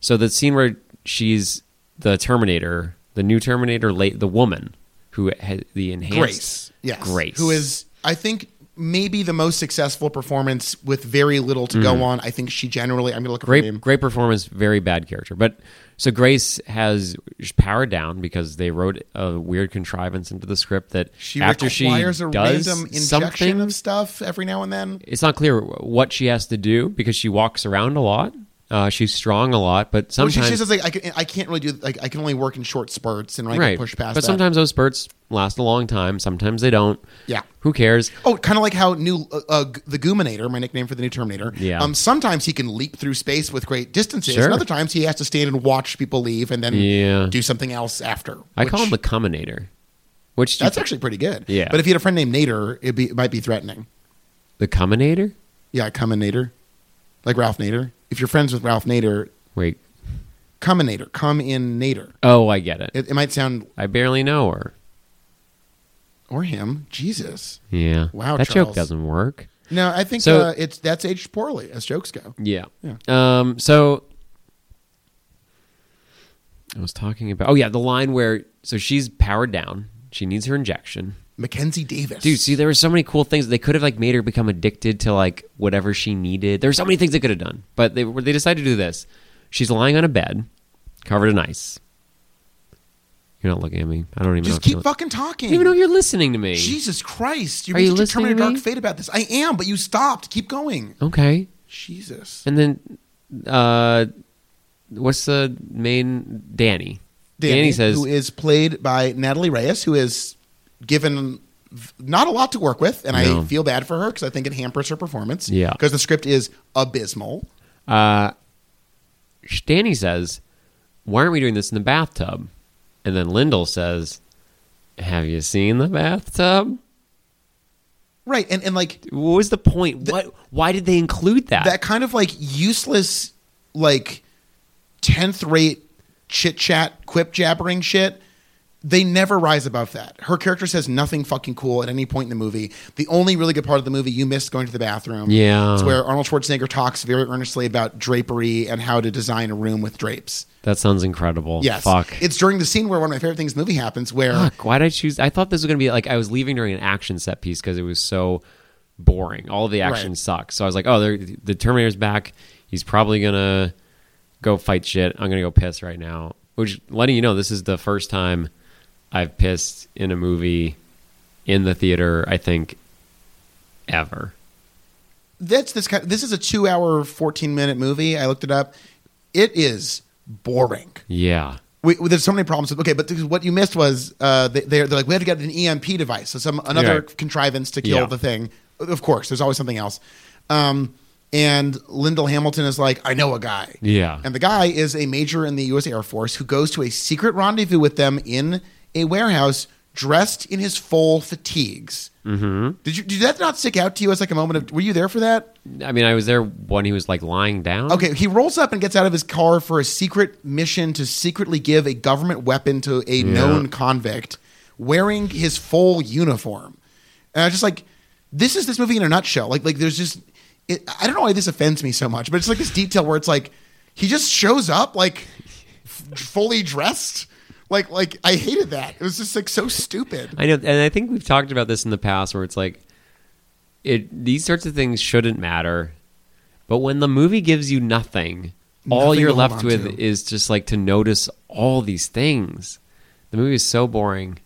So the scene where she's the Terminator, the new Terminator, late the woman who had the enhanced Grace. Yes. Grace, Who is, I think, maybe the most successful performance with very little to go on. I think she generally, I'm going to look at her Mm. great name. great performance very bad character but so grace has she's powered down because they wrote a weird contrivance into the script that She after she requires a does random injection something of stuff every now and then. it's not clear what she has to do because she walks around a lot uh, she's strong a lot but Well, sometimes Oh, she, she says, like, I, can, I can't really do, like, I can only work in short spurts and I right can push past but that. sometimes those spurts last a long time sometimes they don't Yeah. who cares Oh, kind of like how new uh, uh, the Goominator, my nickname for the new Terminator. Yeah. Um, sometimes he can leap through space with great distances, Sure. and other times he has to stand and watch people leave and then Yeah. do something else after. i call which- him the combinator which do you That's actually pretty good. Yeah. But if you had a friend named Nader, it'd be, it might be threatening. the combinator Yeah, Cuminator. Like Ralph Nader. If you're friends with Ralph Nader, wait Cuminator. Come in Nader. oh i get it It, it might sound, i barely know her or him. Jesus. Yeah. Wow, That Charles. joke doesn't work. No, I think So- uh, it's that's aged poorly as jokes go. Yeah. Yeah. Um. So I was talking about. Oh yeah, the line where so she's powered down. She needs her injection. Mackenzie Davis. Dude, see, there were so many cool things they could have like made her become addicted to like whatever she needed. There were so many things they could have done, but they they decided to do this. She's lying on a bed, covered in ice. You're not looking at me. I don't even know. Just if you're keep li- fucking talking. I don't even know if you're listening to me. Jesus Christ. You're Are you making listening to Terminator Dark me? Fate about this. I am, but you stopped. Keep going. Okay. Jesus. And then, uh, what's the main Danny? Danny, says, who is played by Natalie Reyes, who is given v- not a lot to work with, and I No. feel bad for her because I think it hampers her performance. Yeah. because the script is abysmal. uh, sh- Danny says, why aren't we doing this in the bathtub? And then Lyndall says, have you seen the bathtub? Right, and and like What was the point? what? Why did they include that? that kind of like useless, like tenth rate chit chat, quip jabbering shit. They never rise above that. Her character says nothing fucking cool at any point in the movie. The only really good part of the movie you missed going to the bathroom. Yeah. It's where Arnold Schwarzenegger talks very earnestly about drapery and how to design a room with drapes. that sounds incredible. Yes. Oh, Fuck. It's during the scene where one of my favorite things in the movie happens where Fuck, why did I choose? I thought this was going to be like I was leaving during an action set piece because it was so boring. All of the action Right. sucks. So I was like, oh, they're- the Terminator's back. He's probably going to go fight shit. I'm going to go piss right now. Which, letting you know, this is the first time I've pissed in a movie in the theater, I think, ever. that's this kind this is a 2 hour 14 minute movie. I looked it up. It is boring. Yeah. We, we- there's so many problems. with- Okay, but this- what you missed was uh, they, they're, they're like we have to get an EMP device, so some another Right. contrivance to kill Yeah. the thing. Of course, there's always something else. Um, and Lyndall Hamilton is like, I know a guy. Yeah. And the guy is a major in the U.S. Air Force who goes to a secret rendezvous with them in a warehouse dressed in his full fatigues. Mm-hmm. Did you did that not stick out to you as like a moment of? Were you there for that? I mean, I was there when he was like lying down. Okay, he rolls up and gets out of his car for a secret mission to secretly give a government weapon to a known convict wearing his full uniform. And I just like this is this movie in a nutshell. Like like there's just it, I don't know why this offends me so much, but it's like this detail where it's like he just shows up like f- fully dressed. Like like I hated that. It was just like so stupid. I know, and I think we've talked about this in the past, where it's like, it these sorts of things shouldn't matter, but when the movie gives you nothing, all Nothing you're to hold left on with to. is just like to notice all these things. The movie is so boring.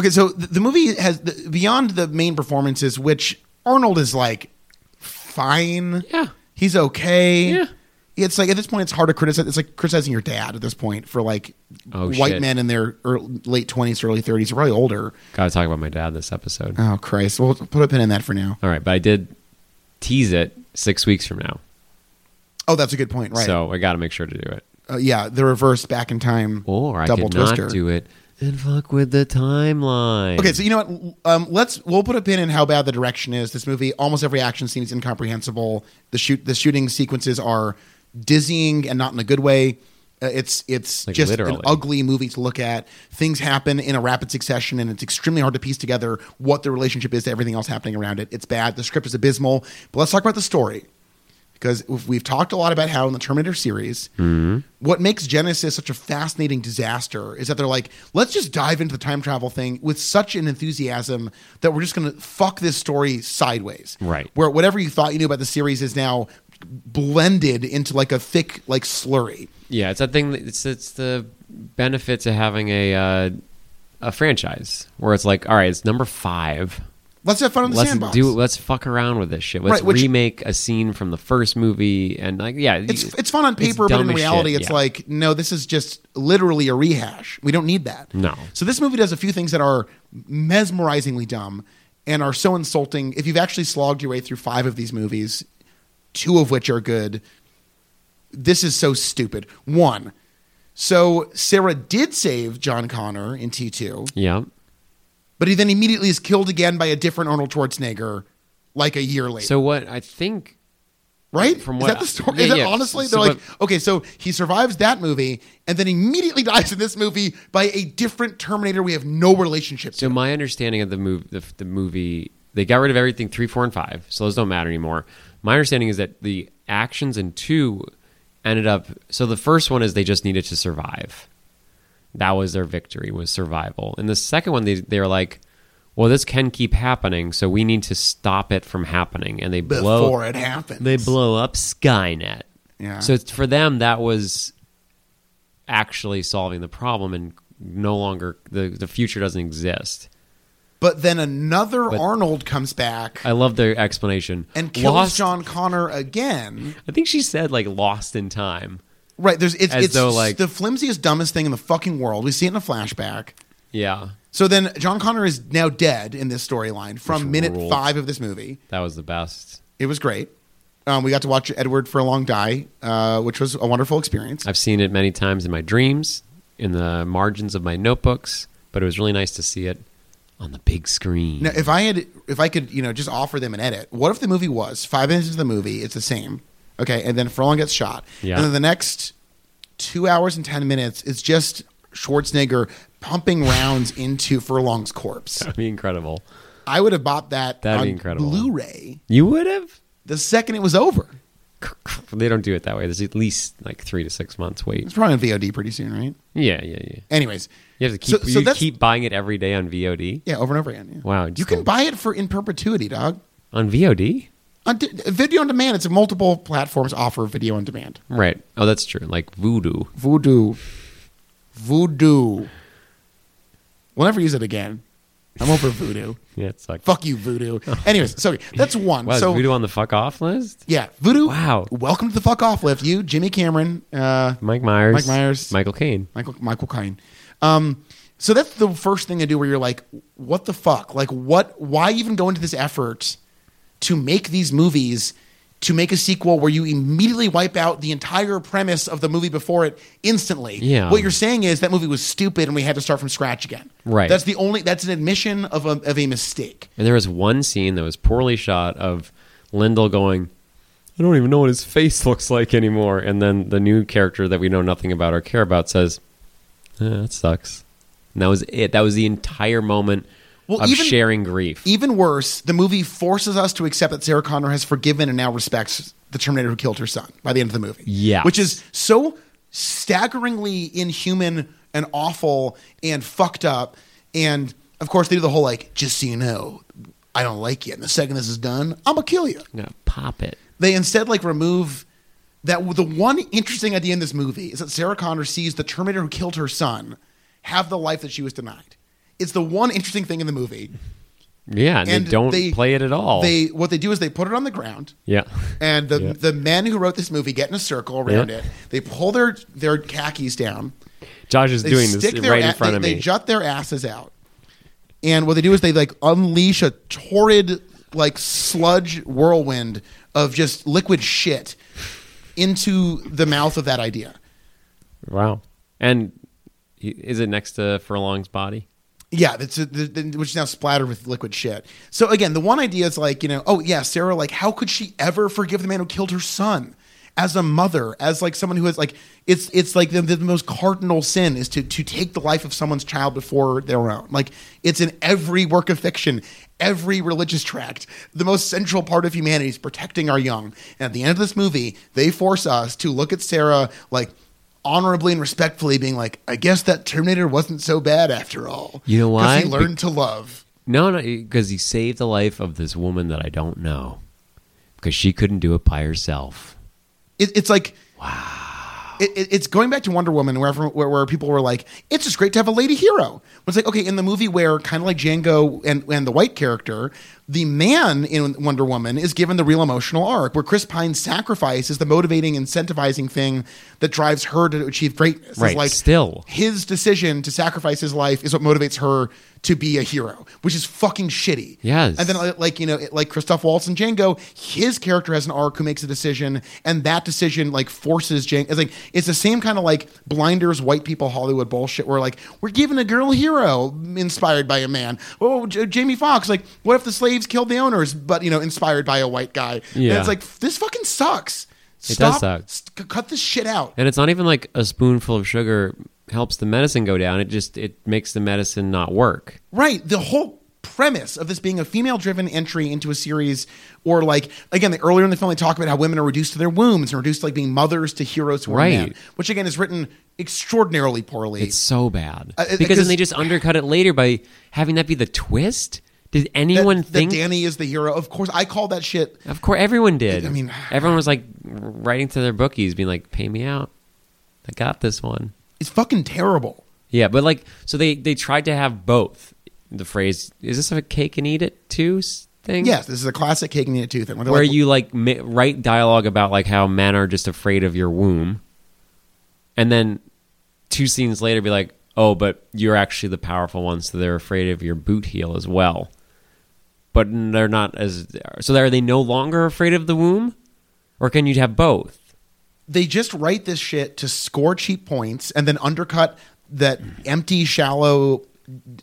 Okay, so the, the movie has the, beyond the main performances, which Arnold is like fine. Yeah. he's okay. Yeah. It's like at this point, it's hard to criticize. It's like criticizing your dad at this point for like Oh, white shit. men in their ear late twenties, early thirties, probably older. Gotta talk about my dad this episode. Oh Christ! We'll put a pin in that for now. All right, but I did tease it six weeks from now. Oh, that's a good point. Right? So I gotta make sure to do it. uh, yeah, the reverse back in time Or I double could twister. not do it and fuck with the timeline. Okay, so you know what? Um, let's we'll put a pin in how bad the direction is. This movie, almost every action scene is incomprehensible. The shoot the shooting sequences are dizzying and not in a good way. Uh, it's it's Like, just literally. an ugly movie to look at. Things happen in a rapid succession, and it's extremely hard to piece together what the relationship is to everything else happening around it. It's bad. The script is abysmal. But let's talk about the story because if we've talked a lot about how in the Terminator series, Mm-hmm. what makes Genesis such a fascinating disaster is that they're like, let's just dive into the time travel thing with such an enthusiasm that we're just going to fuck this story sideways. Right. Where whatever you thought you knew about the series is now blended into like a thick like slurry. Yeah, it's that thing. That it's it's the benefit to having a uh, a franchise where it's like, all right, it's number five. Let's have fun in the Let's sandbox. do. Let's fuck around with this shit. Let's Right, which- remake a scene from the first movie and like, yeah, it's it's fun on paper, but in dumb as reality, shit, it's yeah. like no, this is just literally a rehash. We don't need that. No. So this movie does a few things that are mesmerizingly dumb and are so insulting. If you've actually slogged your way through five of these movies, two of which are good, this is so stupid. One. So Sarah did save John Connor in T two, yeah. but he then immediately is killed again by a different Arnold Schwarzenegger, like a year later So what I think right? From From what is that I- the story? yeah, is that yeah. honestly? So they're like, okay, so he survives that movie and then immediately dies in this movie by a different Terminator we have no relationship to. So my understanding of the movie, the, the movie, they got rid of everything three, four, and five, so those don't matter anymore. My understanding is that the actions in two ended up. So the first one is they just needed to survive. That was their victory was survival. And the second one, they they were like, well, this can keep happening, so we need to stop it from happening. And they blow Before it happens, they blow up Skynet. Yeah. So it's, for them, that was actually solving the problem, and no longer the the future doesn't exist. but then another But- Arnold comes back I love their explanation. and kills lost, John Connor again. I think she said like lost in time. Right? There's it's, As it's though, like- the flimsiest, dumbest thing in the fucking world. We see it in a flashback. Yeah, So then John Connor is now dead in this storyline from Which minute rules. five of this movie. that was the best. It was great. Um, we got to watch Edward for a long die, uh, which was a wonderful experience. I've seen it many times in my dreams, in the margins of my notebooks, but it was really nice to see it on the big screen. Now, if I had, if I could, you know, just offer them an edit. What if the movie was five minutes into the movie, it's the same, okay, and then Furlong gets shot, Yeah. and then the next two hours and ten minutes is just Schwarzenegger pumping rounds into Furlong's corpse. That'd be incredible. I would have bought that That'd on be incredible. Blu-ray You would have. the second it was over. They don't do it that way. There's at least like three to six months wait. It's probably on VOD pretty soon, right? Yeah, yeah, yeah. Anyways, You have to So- keep so you that's- keep buying it every day on VOD. yeah, over and over again. yeah. Wow, you just can a- buy it for in perpetuity, dog. On VOD, On di- video on demand, it's multiple platforms offer video on demand. right? Oh, that's true. Like Voodoo. Voodoo. Voodoo. We'll never use it again. I'm over voodoo. Yeah, it's like Fuck you, voodoo. Anyways, sorry. That's one. Wow, is so Voodoo on the fuck off list? yeah, voodoo. Wow. Welcome to the fuck off lift. You, Jimmy Cameron, uh, Mike Myers. Mike Myers. Michael Caine. Michael Michael Caine. Um, so that's the first thing I do where you're like, what the fuck? Like, what? Why even go into this effort to make these movies? To make a sequel where you immediately wipe out the entire premise of the movie before it instantly. Yeah. What you're saying is that movie was stupid and we had to start from scratch again. Right. That's the only. That's an admission of a of a mistake. And there was one scene that was poorly shot of Lyndall going, I don't even know what his face looks like anymore. And then the new character that we know nothing about or care about says, "Eh, That sucks. And that was it. That was the entire moment Well, of even- sharing grief. Even worse, the movie forces us to accept that Sarah Connor has forgiven and now respects the Terminator who killed her son by the end of the movie. Yes. Which is so staggeringly inhuman and awful and fucked up. And of course, they do the whole like, just so you know, I don't like you. And the second this is done, I'm going to kill you. I'm going to pop it. They instead like remove that. The one interesting idea in this movie is that Sarah Connor sees the Terminator who killed her son have the life that she was denied. It's the one interesting thing in the movie. Yeah, and, And they don't they- play it at all. They what they do is they put it on the ground, yeah. and the Yeah. the men who wrote this movie get in a circle around Yeah. it. They pull their their khakis down. Josh is They doing this stick their right in a- front they, of They me. jut their asses out, and what they do is they like unleash a torrid like sludge whirlwind of just liquid shit into the mouth of that idea. wow. And he, is it next to Furlong's body? Yeah, that's the, the, which is now splattered with liquid shit. So again, the one idea is like you know, oh yeah, Sarah, like how could she ever forgive the man who killed her son? As a mother, as like someone who has like it's it's like the, the most cardinal sin is to to take the life of someone's child before their own. Like it's in every work of fiction, every religious tract. The most central part of humanity is protecting our young. And at the end of this movie, they force us to look at Sarah like honorably and respectfully being like, I guess that Terminator wasn't so bad after all. You know why? Because he learned to love. No, no, because he saved the life of this woman that I don't know because she couldn't do it by herself. It, it's like, wow. It, it- it's going back to Wonder Woman, where, everyone- where where people were like, "It's just great to have a lady hero." But it's like, okay, in the movie where kind of like Django and and the white character, the man in Wonder Woman is given the real emotional arc, where Chris Pine's sacrifice is the motivating, incentivizing thing that drives her to achieve greatness. It's Right, like still. his decision to sacrifice his life is what motivates her to be a hero, which is fucking shitty. Yes. And then, uh, like you know, it- like Christoph Waltz and Django, his character has an arc who makes a decision, and that decision like forces Django. It's like it's the same kind of like blinders, white people Hollywood bullshit. Where like we're giving a girl a hero inspired by a man. Oh, J- Jamie Foxx, like what if the slaves killed the owners, but you know, inspired by a white guy? And Yeah. it's like this fucking sucks. It Stop, does suck. st- cut this shit out. And it's not even like a spoonful of sugar helps the medicine go down. It just it makes the medicine not work. Right. The whole premise of this being a female driven entry into a series, or like, again, the, earlier in the film, they talk about how women are reduced to their wombs and reduced to like being mothers to heroes who are Right. men, which again is written extraordinarily poorly. It's so bad. Uh, it- because because- then they just undercut it later by having that be the twist. Did that, anyone that think? Danny is the hero. Of course, I call that shit. of course, everyone did. I mean- everyone was like writing to their bookies, being like, "Pay me out. I got this one." It's fucking terrible. Yeah, but like, so they they tried to have both. The phrase "Is this a cake and eat it too?" s- thing. Yes, this is a classic cake and eat it too thing. they're where like, you like mi- write dialogue about like how men are just afraid of your womb, and then two scenes later be like, "Oh, but you're actually the powerful one, so they're afraid of your boot heel as well." But they're not as so. Are they no longer afraid of the womb, or can you have both? they just write this shit to score cheap points and then undercut that empty, shallow,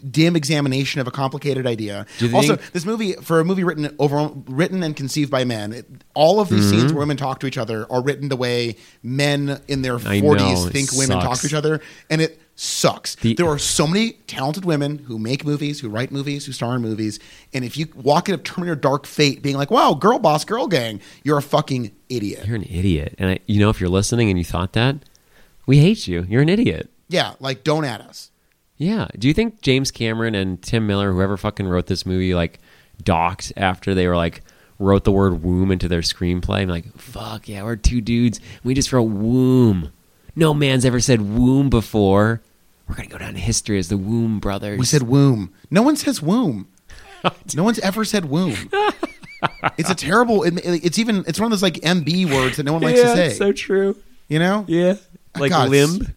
dim examination of a complicated idea. Do you Also, think- this movie for a movie written over written and conceived by men, it- all of these Mm-hmm. scenes where women talk to each other are written the way men in their I forties know, it think women talk sucks. to each other, and it sucks. The- there are so many talented women who make movies, who write movies, who star in movies, and if you walk into Terminator Dark Fate being like, "Wow, girl boss, girl gang," you're a fucking idiot. You're an idiot, and I, you know if you're listening and you thought that, we hate you. You're an idiot. Yeah, like don't at us. Yeah. Do you think James Cameron and Tim Miller, whoever fucking wrote this movie, like docked after they were like wrote the word womb into their screenplay? I'm like, fuck yeah, we're two dudes. We just wrote womb. No man's ever said womb before. We're gonna go down in history as the Womb Brothers. We said womb. No one says womb. No one's ever said womb. It's a terrible. It, it's even. It's one of those like MB words that no one likes to say. true. you know. Yeah, like God, it's- limb,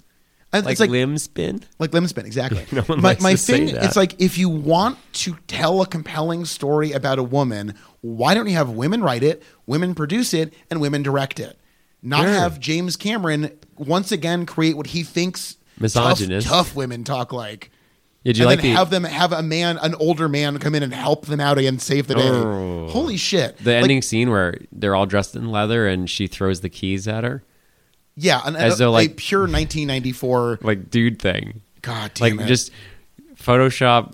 And like, it's like limb spin. like lemon spin exactly No one my, likes my to say thing that. it's like if you want to tell a compelling story about a woman why don't you have women write it women produce it and women direct it not Sure. have james cameron once again create what he thinks Misogynist. tough, tough women talk like Yeah, do you and like then the- have them have a man an older man come in and help them out and save the day Oh. holy shit The Like, ending scene where they're all dressed in leather and she throws the keys at her, yeah an, as a, though, a like- pure 1994 like dude thing. god damn like it. just Photoshop.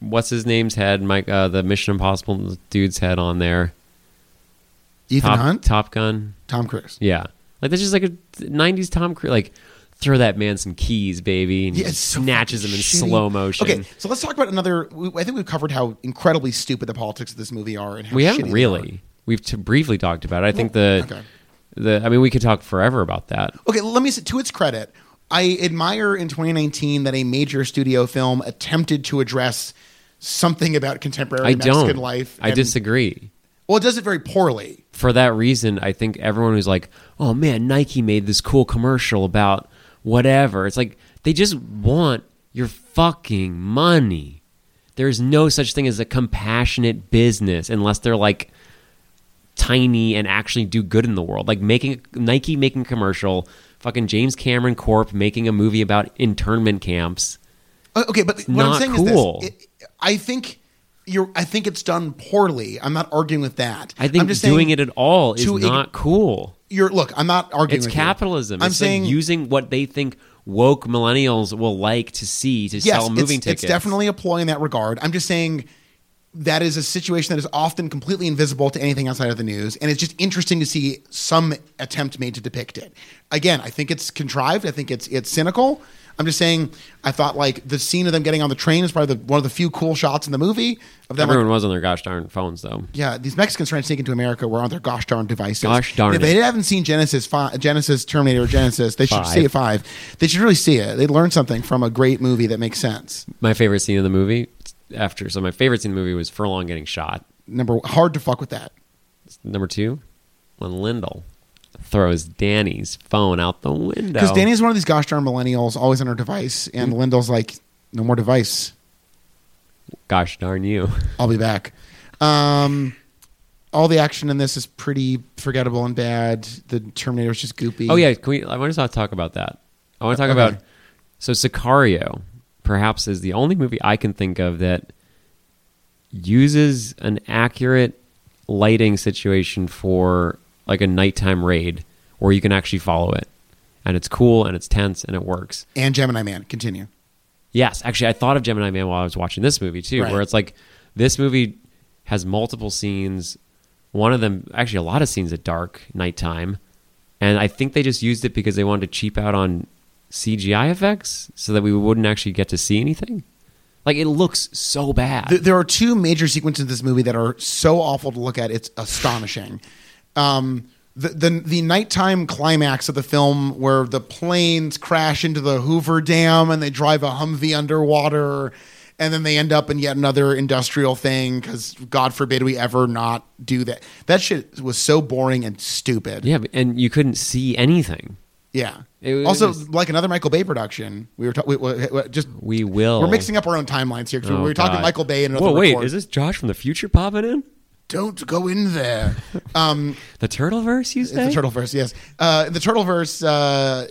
What's his name's head? Mike, uh, the Mission Impossible dude's head on there. ethan Top, hunt Top Gun. tom cruise Yeah, like that's just like a '90s Tom Cruise. Like throw that man some keys, baby, and he Yeah, it's just so snatches them fucking in shitty. slow motion. Okay, so let's talk about another. we- I think we've covered how incredibly stupid the politics of this movie are, and how we shitty haven't they really. We've t- briefly talked about it. I think the okay. the. I mean, we could talk forever about that. are. Okay, let me say to its credit, I admire in 2019 that a major studio film attempted to address something about contemporary I Mexican don't. life. I and- disagree. Well, it does it very poorly. For that reason, I think everyone who's like, "Oh man, Nike made this cool commercial about whatever," it's like they just want your fucking money. There's no such thing as a compassionate business unless they're like tiny and actually do good in the world. Like making Nike making a commercial, fucking James Cameron Corp making a movie about internment camps. Uh, Okay, but what I'm not saying cool. is this: It- I think you're. I think it's done poorly. I'm not arguing with that. I think I'm just doing saying it at all is to ig- not cool. You're look. I'm not arguing. It's with you. capitalism. I'm it's them saying using what they think woke millennials will like to see to yes, sell moving it's, tickets. It's definitely a ploy in that regard. I'm just saying that is a situation that is often completely invisible to anything outside of the news, and it's just interesting to see some attempt made to depict it. Again, I think it's contrived. I think it's it's cynical. I'm just saying. I thought like the scene of them getting on the train is probably the, one of the few cool shots in the movie of them. like, Everyone was on their gosh darn phones though. yeah, these Mexicans trying to sneak into America were on their gosh darn devices. Gosh darn If they it. haven't seen Genesis, fi- Genesis, Terminator, or Genesis, they should Five. see it five. They should really see it. They learned something from a great movie that makes sense. My favorite scene of the movie after so my favorite scene in the movie was Furlong getting shot. Number hard to fuck with that. Number two, when Lindell throws Danny's phone out the window. Because Danny's one of these gosh darn millennials, always on her device, and Mm. Lyndall's like, "No more device. gosh darn you. I'll be back." Um, all the action in this is pretty forgettable and bad. The Terminator's just goopy. Oh yeah, can we? I want to talk about that. I want to talk Okay. about so Sicario. Perhaps is the only movie I can think of that uses an accurate lighting situation for like a nighttime raid, where you can actually follow it, and it's cool and it's tense and it works. and Gemini Man. Continue. Yes, actually, I thought of Gemini Man while I was watching this movie too, Right. where it's like this movie has multiple scenes. One of them, actually, a lot of scenes at dark nighttime, and I think they just used it because they wanted to cheap out on CGI effects so that we wouldn't actually get to see anything. Like it looks so bad. Th- there are two major sequences in this movie that are so awful to look at. It's astonishing. Um, the, the the nighttime climax of the film where the planes crash into the Hoover Dam and they drive a Humvee underwater, and then they end up in yet another industrial thing because God forbid we ever not do that. That shit was so boring and stupid. yeah, but- and you couldn't see anything. Yeah. It was- also, like another Michael Bay production, we were ta- we, we, we- just We will. we're mixing up our own timelines here because we Oh, were talking God. Michael Bay and another. Whoa, wait, record. is this Josh from the future popping in? don't go in there. Um, The Turtleverse, you say? it's the Turtleverse, yes. Uh, the Turtleverse, uh,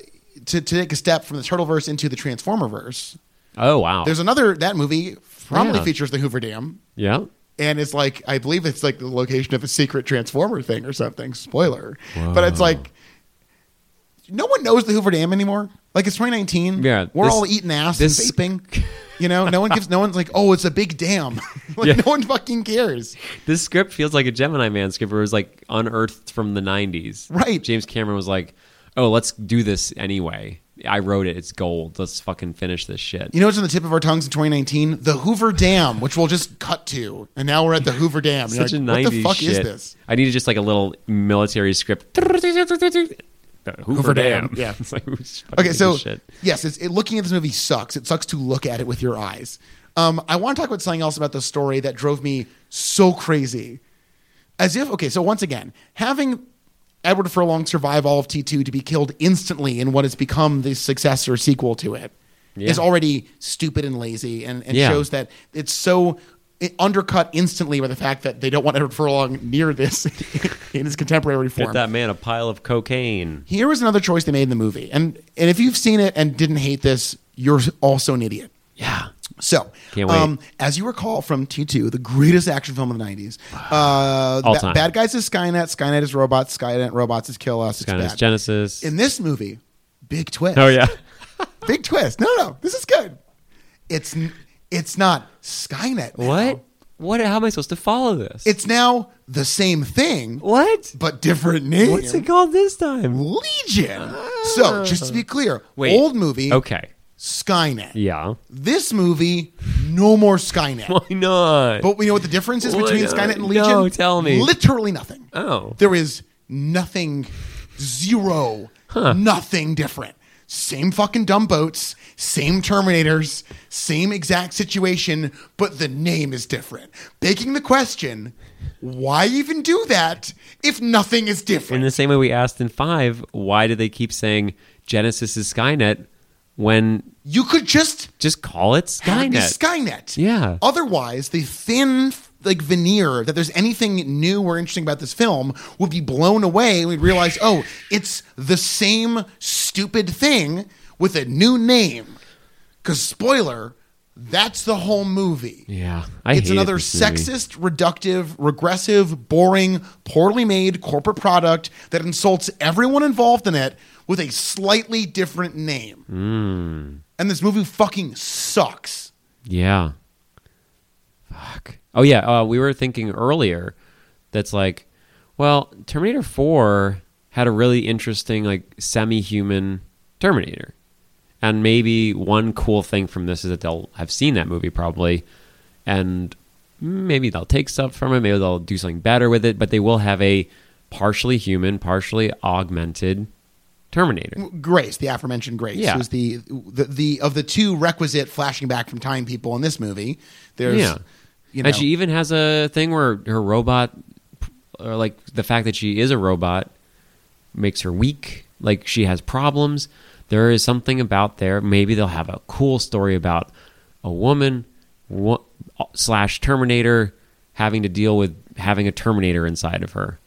to, to take a step from the Turtleverse into the Transformerverse, oh wow. there's another, that movie prominently Yeah. features the Hoover Dam. yeah. And it's like, I believe it's like the location of a secret Transformer thing or something. Spoiler. But it's like, no one knows the Hoover Dam anymore. Like it's 2019. Yeah, we're this- all eating ass this- and vaping. You know, no one gives. No one's like, "Oh, it's a big dam." like, Yeah. No one fucking cares. This script feels like a Gemini Man script where it was like unearthed from the 90s. Right. James Cameron was like, oh, let's do this anyway. I wrote it. It's gold. Let's fucking finish this shit. You know what's on the tip of our tongues in 2019? The Hoover Dam, which we'll just cut to. And now we're at the Hoover Dam. You're Such like, a 90s what the fuck shit. is this? I needed just like a little military script. Hoover, Hoover Dam. Dam. Yeah. It's like, who's fucking Okay, so this shit? yes, it's, it, looking at this movie sucks. It sucks to look at it with your eyes. Um, I want to talk about something else about the story that drove me so crazy. As if, okay, so once again, having Edward Furlong survive all of T2 to be killed instantly in what has become the successor sequel to it is Yeah. already stupid and lazy and, and Yeah. shows that it's so it undercut instantly by the fact that they don't want Edward Furlong near this in his contemporary form. Get that man a pile of cocaine. Here was another choice they made in the movie. And and if you've seen it and didn't hate this, you're also an idiot. Yeah. So, um, Can't wait. as you recall from T2, the greatest action film of the 90s, uh, All Ba- time. Bad Guys is Skynet, Skynet is Robots, Skynet Robots is Kill Us. It's Kind bad. of Genesis. in this movie, big twist. oh, yeah. Big twist. No, no, no. This is good. It's n- it's not Skynet. now. What? What? How am I supposed to follow this? It's now the same thing, what? but different name. What's it called this time? Legion. So, just to be clear, Wait. old movie, Okay. Skynet. Yeah. This movie, no more Skynet. Why not? But we know what the difference is Why between not? Skynet and uh, No, Legion? tell me. Literally nothing. Oh. There is nothing, zero, nothing different. Same fucking dumb boats, Same Terminators, same exact situation, but the name is different. Begging the question, why even do that if nothing is In different? the same way we asked in five, why do they keep saying Genesis is Skynet when You could just just call it Gotta be Skynet? Skynet. Yeah. Otherwise, the thin like veneer that there's anything new or interesting about this film would be blown away, and we'd realize, oh, it's the same stupid thing with a new name. Because spoiler, that's the whole movie. yeah, I it's hated another this movie. sexist, reductive, regressive, boring, poorly made corporate product that insults everyone involved in it with a slightly different name. Hmm. And this movie fucking sucks. Yeah. Fuck. Oh yeah. Uh, we were thinking earlier. That's like, well, Terminator Four had a really interesting like semi-human Terminator, and maybe one cool thing from this is that they'll have seen that movie probably, and maybe they'll take stuff from it. Maybe they'll do something better with it. But they will have a partially human, partially augmented Terminator. Grace, the aforementioned Grace, Yeah. who's the, the the of the two requisite flashing back from time people in this movie. There's, Yeah. you know, And she even has a thing where her robot, or like the fact that she is a robot, makes her weak. Like she has problems. There is something about there. Maybe they'll have a cool story about a woman wo- slash Terminator having to deal with having a Terminator inside of her.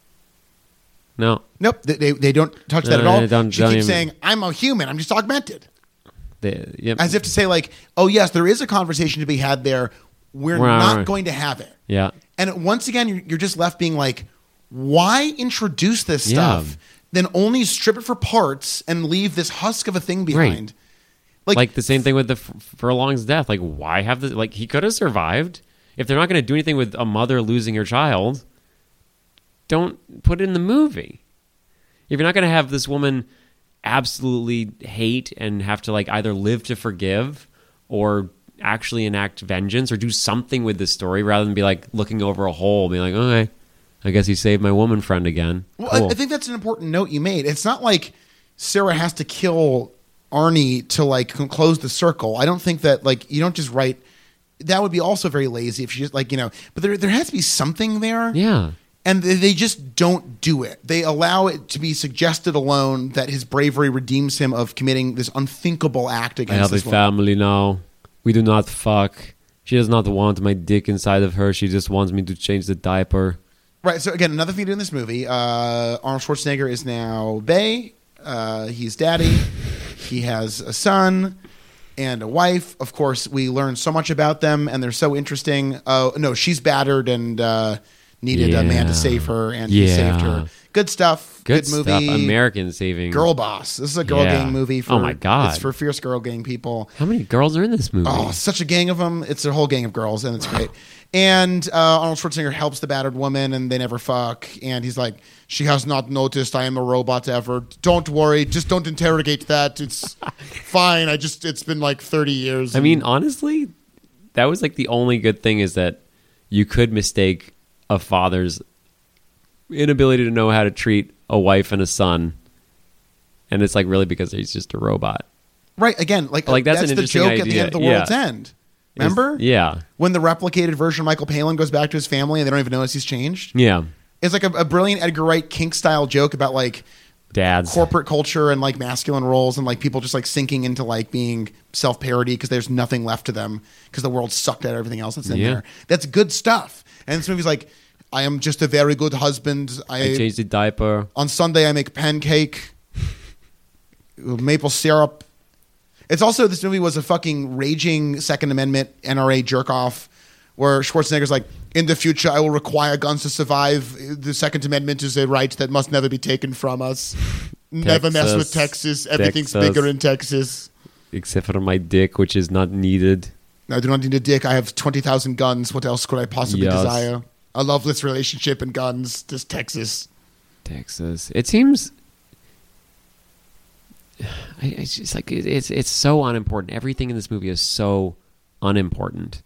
No, nope, they, they they don't touch that No, at all. they don't- she don't keeps even- saying, "I'm a human. I'm just augmented," the, yep. as if to say, like, "Oh yes, there is a conversation to be had there. We're Right, not right. going to have it." yeah, And once again, you're, you're just left being like, why introduce this Yeah. stuff? Then only strip it for parts and leave this husk of a thing behind. like, the same thing with the F- Furlong's death. Like, why have the like he could have survived if they're not going to do anything with a mother losing her child. Don't put it in the movie. If you're not going to have this woman absolutely hate and have to like either live to forgive or actually enact vengeance or do something with the story rather than be like looking over a hole, being like, okay, I guess he saved my woman friend again. Well, I, Cool. I think that's an important note you made. It's not like Sarah has to kill Arnie to like c- close the circle. I don't think that like you don't just write. That would be also very lazy if she just like you know. But there there has to be something there. yeah. And they- they just don't do it. They allow it to be suggested alone that his bravery redeems him of committing this unthinkable act I against have a this woman. family now. We do not fuck. She does not want my dick inside of her. She just wants me to change the diaper. Right. So again, another thing to do in this movie. Uh, Arnold Schwarzenegger is now Bay. Uh, he's daddy. he has a son and a wife. Of course, we learn so much about them, and they're so interesting. Uh, no, she's battered and uh, needed a man Yeah. to save her, and he Yeah. saved her. Good stuff. Good, Good, stuff. movie. American saving. Girl Boss. This is a girl Yeah. gang movie. For, Oh my God. It's for fierce girl gang people. How many girls are in this movie? Oh, such a gang of them. It's a whole gang of girls, and it's great. And uh, Arnold Schwarzenegger helps the battered woman, and they never fuck. And he's like, "She has not noticed I am a robot ever. Don't worry, just don't interrogate that. It's fine. I just it's been like thirty years. I mean, honestly, that was like the only good thing is that you could mistake a father's inability to know how to treat a wife and a son. And it's like really because he's just a robot. right again, like Like, that's that's, an the interesting joke at the idea. end of the Yeah. world's end. It's- Remember? yeah. When the replicated version of Michael Palin goes back to his family, and they don't even notice he's changed. Yeah. It's like a, a brilliant Edgar Wright kink style joke about like Dads. corporate culture and like masculine roles and like people just like sinking into like being self parody because there's nothing left to them because the world sucked at everything else that's in Yeah. there. That's good stuff. And this movie's like, I am just a very good husband. I, I changed the diaper. on Sunday I make pancake, with maple syrup. It's also this movie was a fucking raging Second Amendment NRA jerk off. Where Schwarzenegger's like, in the future, I will require guns to survive. The Second Amendment is a right that must never be taken from us. Never mess with Texas, Texas. Everything's Texas. bigger in Texas. Except for my dick, which is not needed. I do not need a dick. I have 20,000 guns. What else could I possibly Yes. desire? A loveless relationship and guns. This Texas. Texas. It seems. I, it's just like it- it's it's so unimportant. Everything in this movie is so unimportant.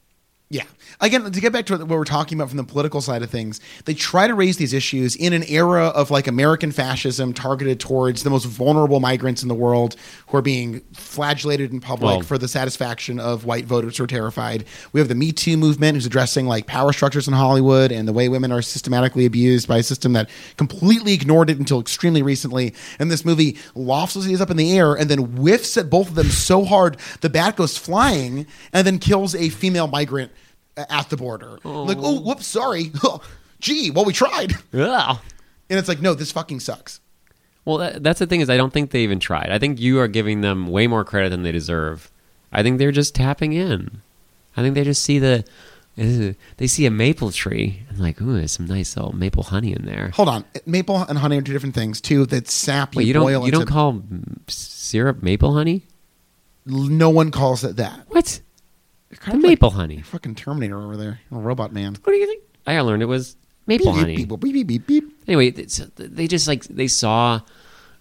Yeah. Again, to get back to what we're talking about from the political side of things, they try to raise these issues in an era of like American fascism targeted towards the most vulnerable migrants in the world who are being flagellated in public Well- for the satisfaction of white voters who are terrified. We have the Me Too movement who's addressing like power structures in Hollywood and the way women are systematically abused by a system that completely ignored it until extremely recently. And this movie lofts those ideas up in the air and then whiffs at both of them so hard the bat goes flying and then kills a female migrant at the border. Like, oh, whoops, sorry. Gee, well, we tried. Ugh. And it's like, no, this fucking sucks. Well, that, that's the thing is, I don't think they even tried. I think you are giving them way more credit than they deserve. I think they're just tapping in. I think they just see the, uh, they see a maple tree and like, ooh, there's some nice old maple honey in there. Hold on, maple and honey are two different things. Two that sap Wait, you, you boil don't you into. don't call mm, syrup maple honey? no one calls it that. What? The of like- maple honey. Fucking Terminator over there, a robot man. What do you think? I learned it was maple honey. Beep, beep, beep, beep, beep, beep. anyway, th- so th- they just like they saw,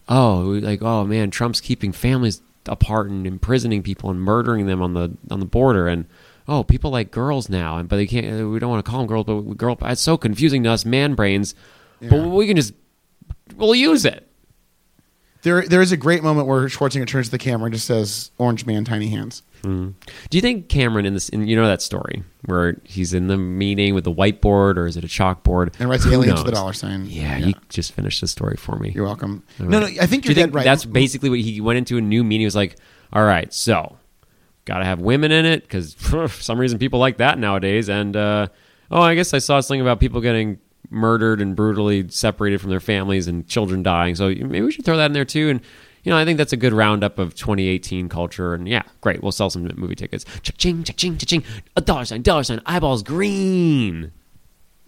oh, like oh man, Trump's keeping families apart and imprisoning people and murdering them on the on the border, and oh, people like girls now, and but they can't. uh, We don't want to call them girls, but we- girl, it's so confusing to us, man brains. Yeah. But we can just we'll use it. There, there is a great moment where Schwarzenegger turns to the camera and just says, "Orange man, tiny hands." Do you think Cameron in this, in, you know that story where he's in the meeting with the whiteboard or is it a chalkboard? And writes Who alien to the knows? dollar sign. Yeah, you just finished the story for me. You're welcome. No, no, I think Do you're you think dead right. that's basically what he went into a new meeting? He was like, all right, so got to have women in it because for some reason people like that nowadays. And uh, oh, I guess I saw something about people getting murdered and brutally separated from their families and children dying. So maybe we should throw that in there too. And you know, I think that's a good roundup of 2018 culture. And yeah, great, we'll sell some movie tickets. Cha-ching, cha-ching, cha-ching. A dollar sign, dollar sign, eyeballs green.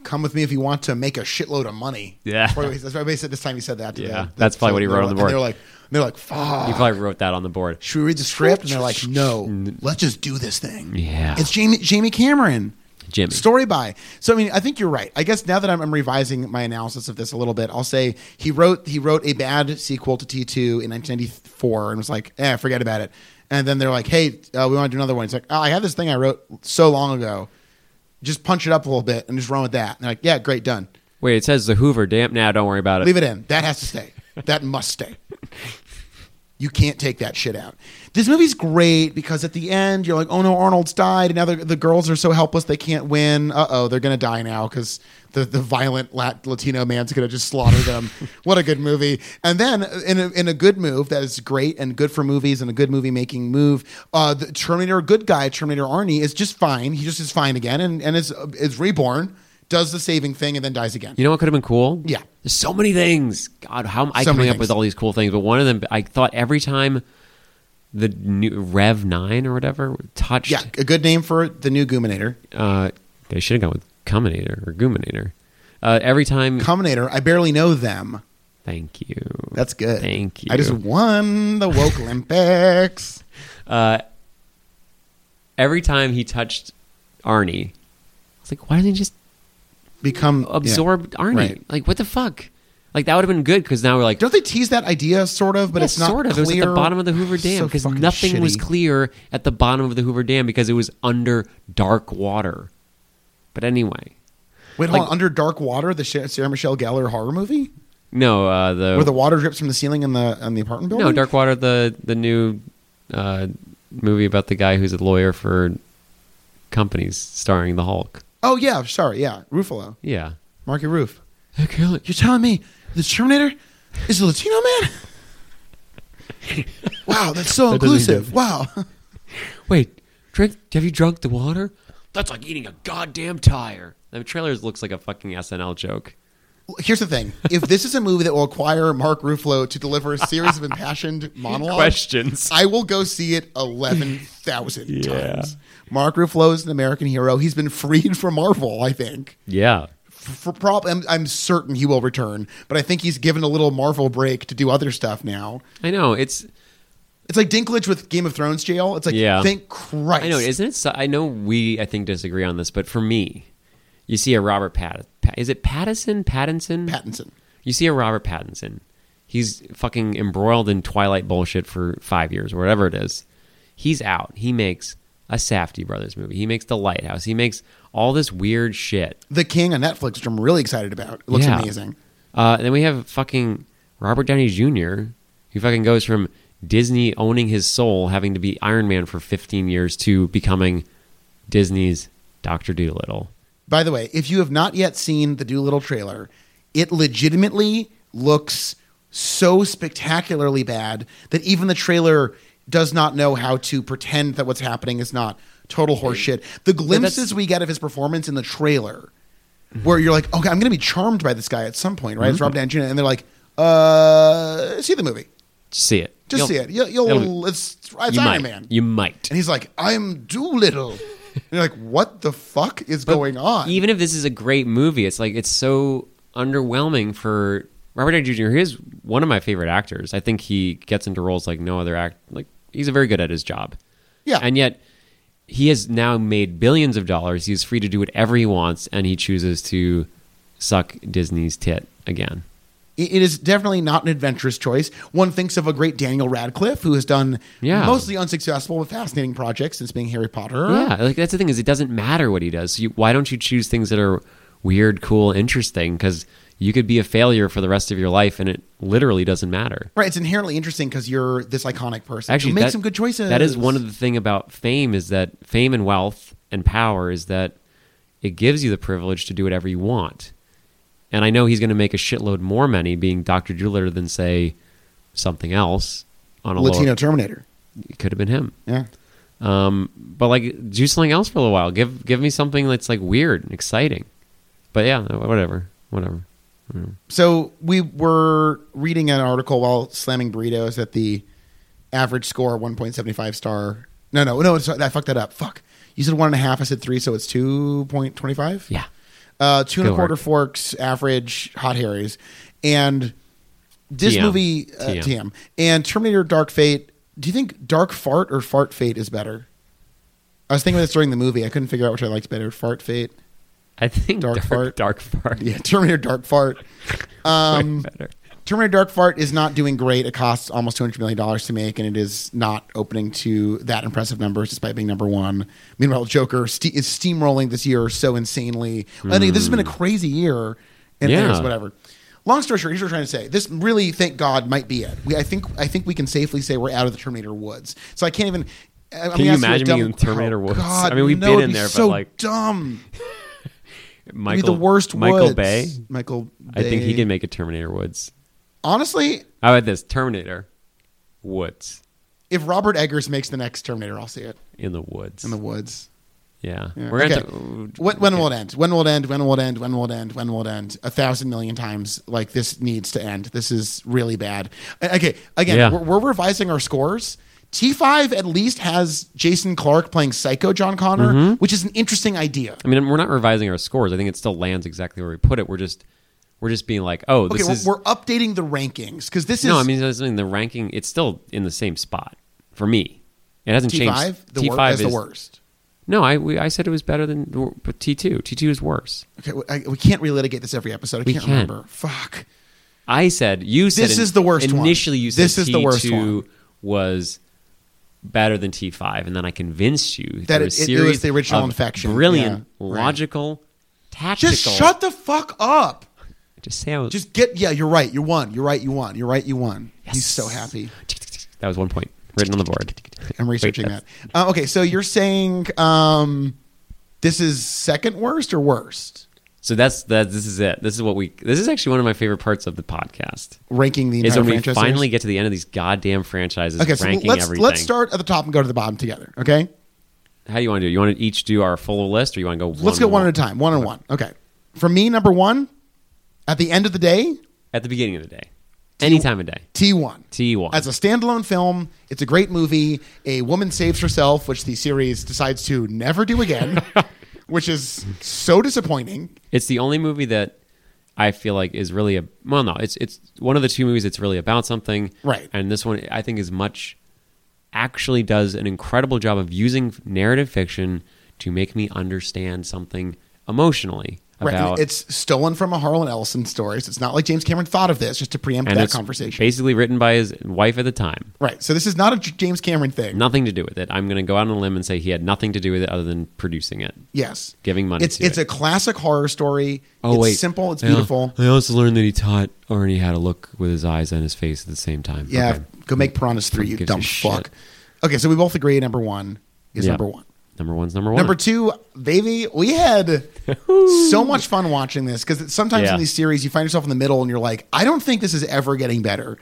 Come with me if you want to make a shitload of money. Yeah. That's why- that's why basically this time he said that. To Yeah, them. that's probably what he wrote on the board. And they're like, and they're like, He fuck. probably wrote that on the board. Should we read the script? And they're like, no, let's just do this thing. Yeah. It's Jamie Jamie Cameron. Jimmy. Story by. So I mean, I think you're right. I guess now that I'm, I'm revising my analysis of this a little bit, I'll say he wrote he wrote a bad sequel to T2 in 1994 and was like, eh, forget about it. And then they're like, hey, uh, we want to do another one. He's like, oh, I have this thing I wrote so long ago. Just punch it up a little bit and just run with that. And they're like, yeah, great, done. Wait, it says the Hoover damp. Now don't worry about it. Leave it in. That has to stay. That must stay. You can't take that shit out. This movie's great because at the end you're like, oh no, Arnold's died, and now the, the girls are so helpless they can't win. Uh oh, they're gonna die now because the, the violent Lat- Latino man's gonna just slaughter them. what a good movie! And then in a, in a good move that is great and good for movies and a good movie making move, uh, the Terminator good guy Terminator Arnie is just fine. He just is fine again and and is is reborn, does the saving thing, and then dies again. You know what could have been cool? Yeah. There's so many things. God, how am I So many coming up things. with all these cool things? But one of them, I thought every time the new Rev 9 or whatever touched, Yeah, a good name for the new Goominator. uh, they should have gone with Cuminator or Goominator. Uh, every time. Combinator, I barely know them. thank you. That's good. Thank you. I just won the woke Olympics. Uh, every time he touched Arnie, I was like, why didn't they just Become yeah. absorb Arnie? Right. Like, what the fuck? Like, that would have been good because now we're like, Don't they tease that idea sort of? But Yeah, it's not sort of. Clear. It was at the bottom of the Hoover Dam So because fucking nothing was shitty. clear at the bottom of the Hoover Dam because it was under dark water. But anyway, Wait, hold like- on. Under Dark Water, the Sh- Sarah Michelle Gellar horror movie, no, uh, the, where the water drips from the ceiling in the in the apartment building. no dark water the the new uh, movie about the guy who's a lawyer for companies starring the Hulk. Oh yeah, sorry, yeah, Ruffalo, Yeah, Marky Roof. Hey, Kelly, You're telling me the Terminator is a Latino man? wow, that's so That doesn't inclusive. Wow. Wait, drink. Have you drunk the water? That's like eating a goddamn tire. The trailer looks like a fucking SNL joke. Here's the thing: if this is a movie that will require Mark Ruffalo to deliver a series of impassioned monologues, Questions. I will go see it eleven thousand times. Mark Ruffalo is an American hero. He's been freed from Marvel. I think. Yeah, For prob- I'm, I'm certain he will return, but I think he's given a little Marvel break to do other stuff now. I know it's. It's like Dinklage with Game of Thrones jail. It's like, Yeah. thank Christ. I know, isn't it? so- I know we, I think, disagree on this, but for me, you see a Robert Pat, Pat is it Pattinson? Pattinson? Pattinson. You see a Robert Pattinson. He's fucking embroiled in Twilight bullshit for five years, or whatever it is. He's out. He makes a Safdie brothers movie. He makes The Lighthouse. He makes all this weird shit. The King on Netflix, which I'm really excited about. It looks Yeah. amazing. Uh, then we have fucking Robert Downey Jr. who fucking goes from Disney owning his soul, having to be Iron Man for 15 years, to becoming Disney's Doctor Doolittle. By the way, if you have not yet seen the Doolittle trailer, it legitimately looks so spectacularly bad that even the trailer does not know how to pretend that what's happening is not total horseshit. The glimpses we get of his performance in the trailer, where you're like, okay, I'm going to be charmed by this guy at some point, right? It's Mm-hmm. Rob Downey Jr. And they're like, uh, see the movie. Just see it. Just You'll- see it. You'll, you'll it'll- it's, it's you Iron might. Man. You might. and he's like, I'm Doolittle. and you're like, what the fuck is going on? Even if this is a great movie, it's like it's so underwhelming for Robert Downey Jr. He is one of my favorite actors. I think he gets into roles like no other act. Like he's very good at his job. Yeah. and yet he has now made billions of dollars. He's free to do whatever he wants, and he chooses to suck Disney's tit again. it it is definitely not an adventurous choice. One thinks of a great Daniel Radcliffe who has done Yeah. mostly unsuccessful but fascinating projects since being Harry Potter. Yeah, like that's the thing is it doesn't matter what he does. You, why don't you choose things that are weird, cool, interesting? Because you could be a failure for the rest of your life, and it literally doesn't matter. Right, it's inherently interesting because you're this iconic person. Actually, who makes that- some good choices. That is one of the thing about fame is that fame and wealth and power is that it gives you the privilege to do whatever you want. And I know he's going to make a shitload more money being Dr. Doolittle than say something else on a Latino Lower, Terminator. it could have been him. Yeah, Um, but like do something else for a little while. Give give me something that's like weird and exciting. But yeah, whatever, whatever. So we were reading an article while slamming burritos that the average score one point seventy five star. No, no, no. Sorry, I fucked that up. Fuck. You said one and a half. I said three, so it's two point twenty five. Yeah. Uh, two and Go a quarter hard. forks, average hot Harry's, and this TM. movie uh, TM. TM. and Terminator Dark Fate. Do you think Dark Fart or Fart Fate is better? I was thinking of this during the movie. I couldn't figure out which I liked better, Fart Fate. I think Dark dark, fart. dark, fart. Yeah, Terminator Dark Fart. Um, Better. Terminator Dark Fart is not doing great. It costs almost two hundred million dollars to make, and it is not opening to that impressive numbers, despite being number one. Meanwhile, Joker ste- is steamrolling this year so insanely. I think this has been a crazy year, and Hmm. Yeah. there's whatever. Long story short, here's what I'm trying to say. This really, thank God, might be it. We, I think, I think we can safely say we're out of the Terminator woods. So I can't even. I- I'm Can you gonna ask a imagine being dumb- in Terminator Oh, woods? God, I mean, we've no, been it'd in be there, but, so like, dumb. Michael, It'd be the worst. Michael woods. Bay. Michael. Bay. I think he can make a Terminator Woods. Honestly, How about this Terminator Woods if Robert Eggers makes the next Terminator, I'll see it in the woods? in the woods. yeah. Yeah. we're gonna Okay. talk- When, when will it end? When will it end? When will it end? When will it end? When will it end? A thousand million times. Like this needs to end. This is really bad. Uh, Okay, again, Yeah. we're, we're revising our scores. T five at least has Jason Clark playing Psycho John Connor, Mm-hmm. which is an interesting idea. I mean, we're not revising our scores. I think it still lands exactly where we put it. We're just we're just being like, oh, Okay, this we're, is we're updating the rankings because this is no. I mean, that's something the ranking. It's still in the same spot for me. It hasn't T five. changed. The wor- T5 is the worst. No, I we, I said it was better than T two. T two is worse. Okay, we- I, we can't relitigate this every episode. I We can't can. remember. Fuck. I said you said This is the worst one. Initially, you said This is the worst T2 one. was better than T five, and then I convinced you That it- it- it through a was series the original of infection. Brilliant, Yeah, right. logical, tactical. Just shut the fuck up. Just say I was. Just get. Yeah, you're right. You won. You're right. You won. You're right. You won. He's so happy. that was one point written on the board. I'm researching that's- that. Uh, okay, so you're saying um, this is second worst or worst? So that's that. This is it. This is what we. This is actually one of my favorite parts of the podcast. Ranking the Is entire when we franchise finally series? get to the end of these goddamn franchises, Okay, so ranking let's everything. let's start at the top and go to the bottom together. Okay, How do you want to do? it? You want to each do our full list, or you want to go? let's go one at a time, one on one. Okay, for me, number one, at the end of the day, At the beginning of the day, any time of day. T one. T one. As a standalone film, it's a great movie. A woman saves herself, which the series decides to never do again, which is so disappointing. It's the only movie that I feel like is really a well, no, it's it's one of the two movies that's really about something, Right. And this one I think is much actually does an incredible job of using narrative fiction to make me understand something emotionally. Right. about It's stolen from a Harlan Ellison story. So it's not like James Cameron thought of this, just to preempt and that it's conversation. basically written by his wife at the time. right. So this is not a J- James Cameron thing. Nothing to do with it. I'm going to go out on a limb and say he had nothing to do with it other than producing it. yes. Giving money It's to it's it. a classic horror story. Oh it's wait, simple. It's I al- beautiful. I also learned that he taught Arnie how to look with his eyes and his face at the same time. Yeah. Okay. Go make Piranhas three. You Gives dumb a fuck. shit. Okay. So we both agree. Number one is Yeah. number one. Number one's number one. Number two, baby, we had so much fun watching this because sometimes Yeah. in these series you find yourself in the middle and you're like, I don't think this is ever getting better.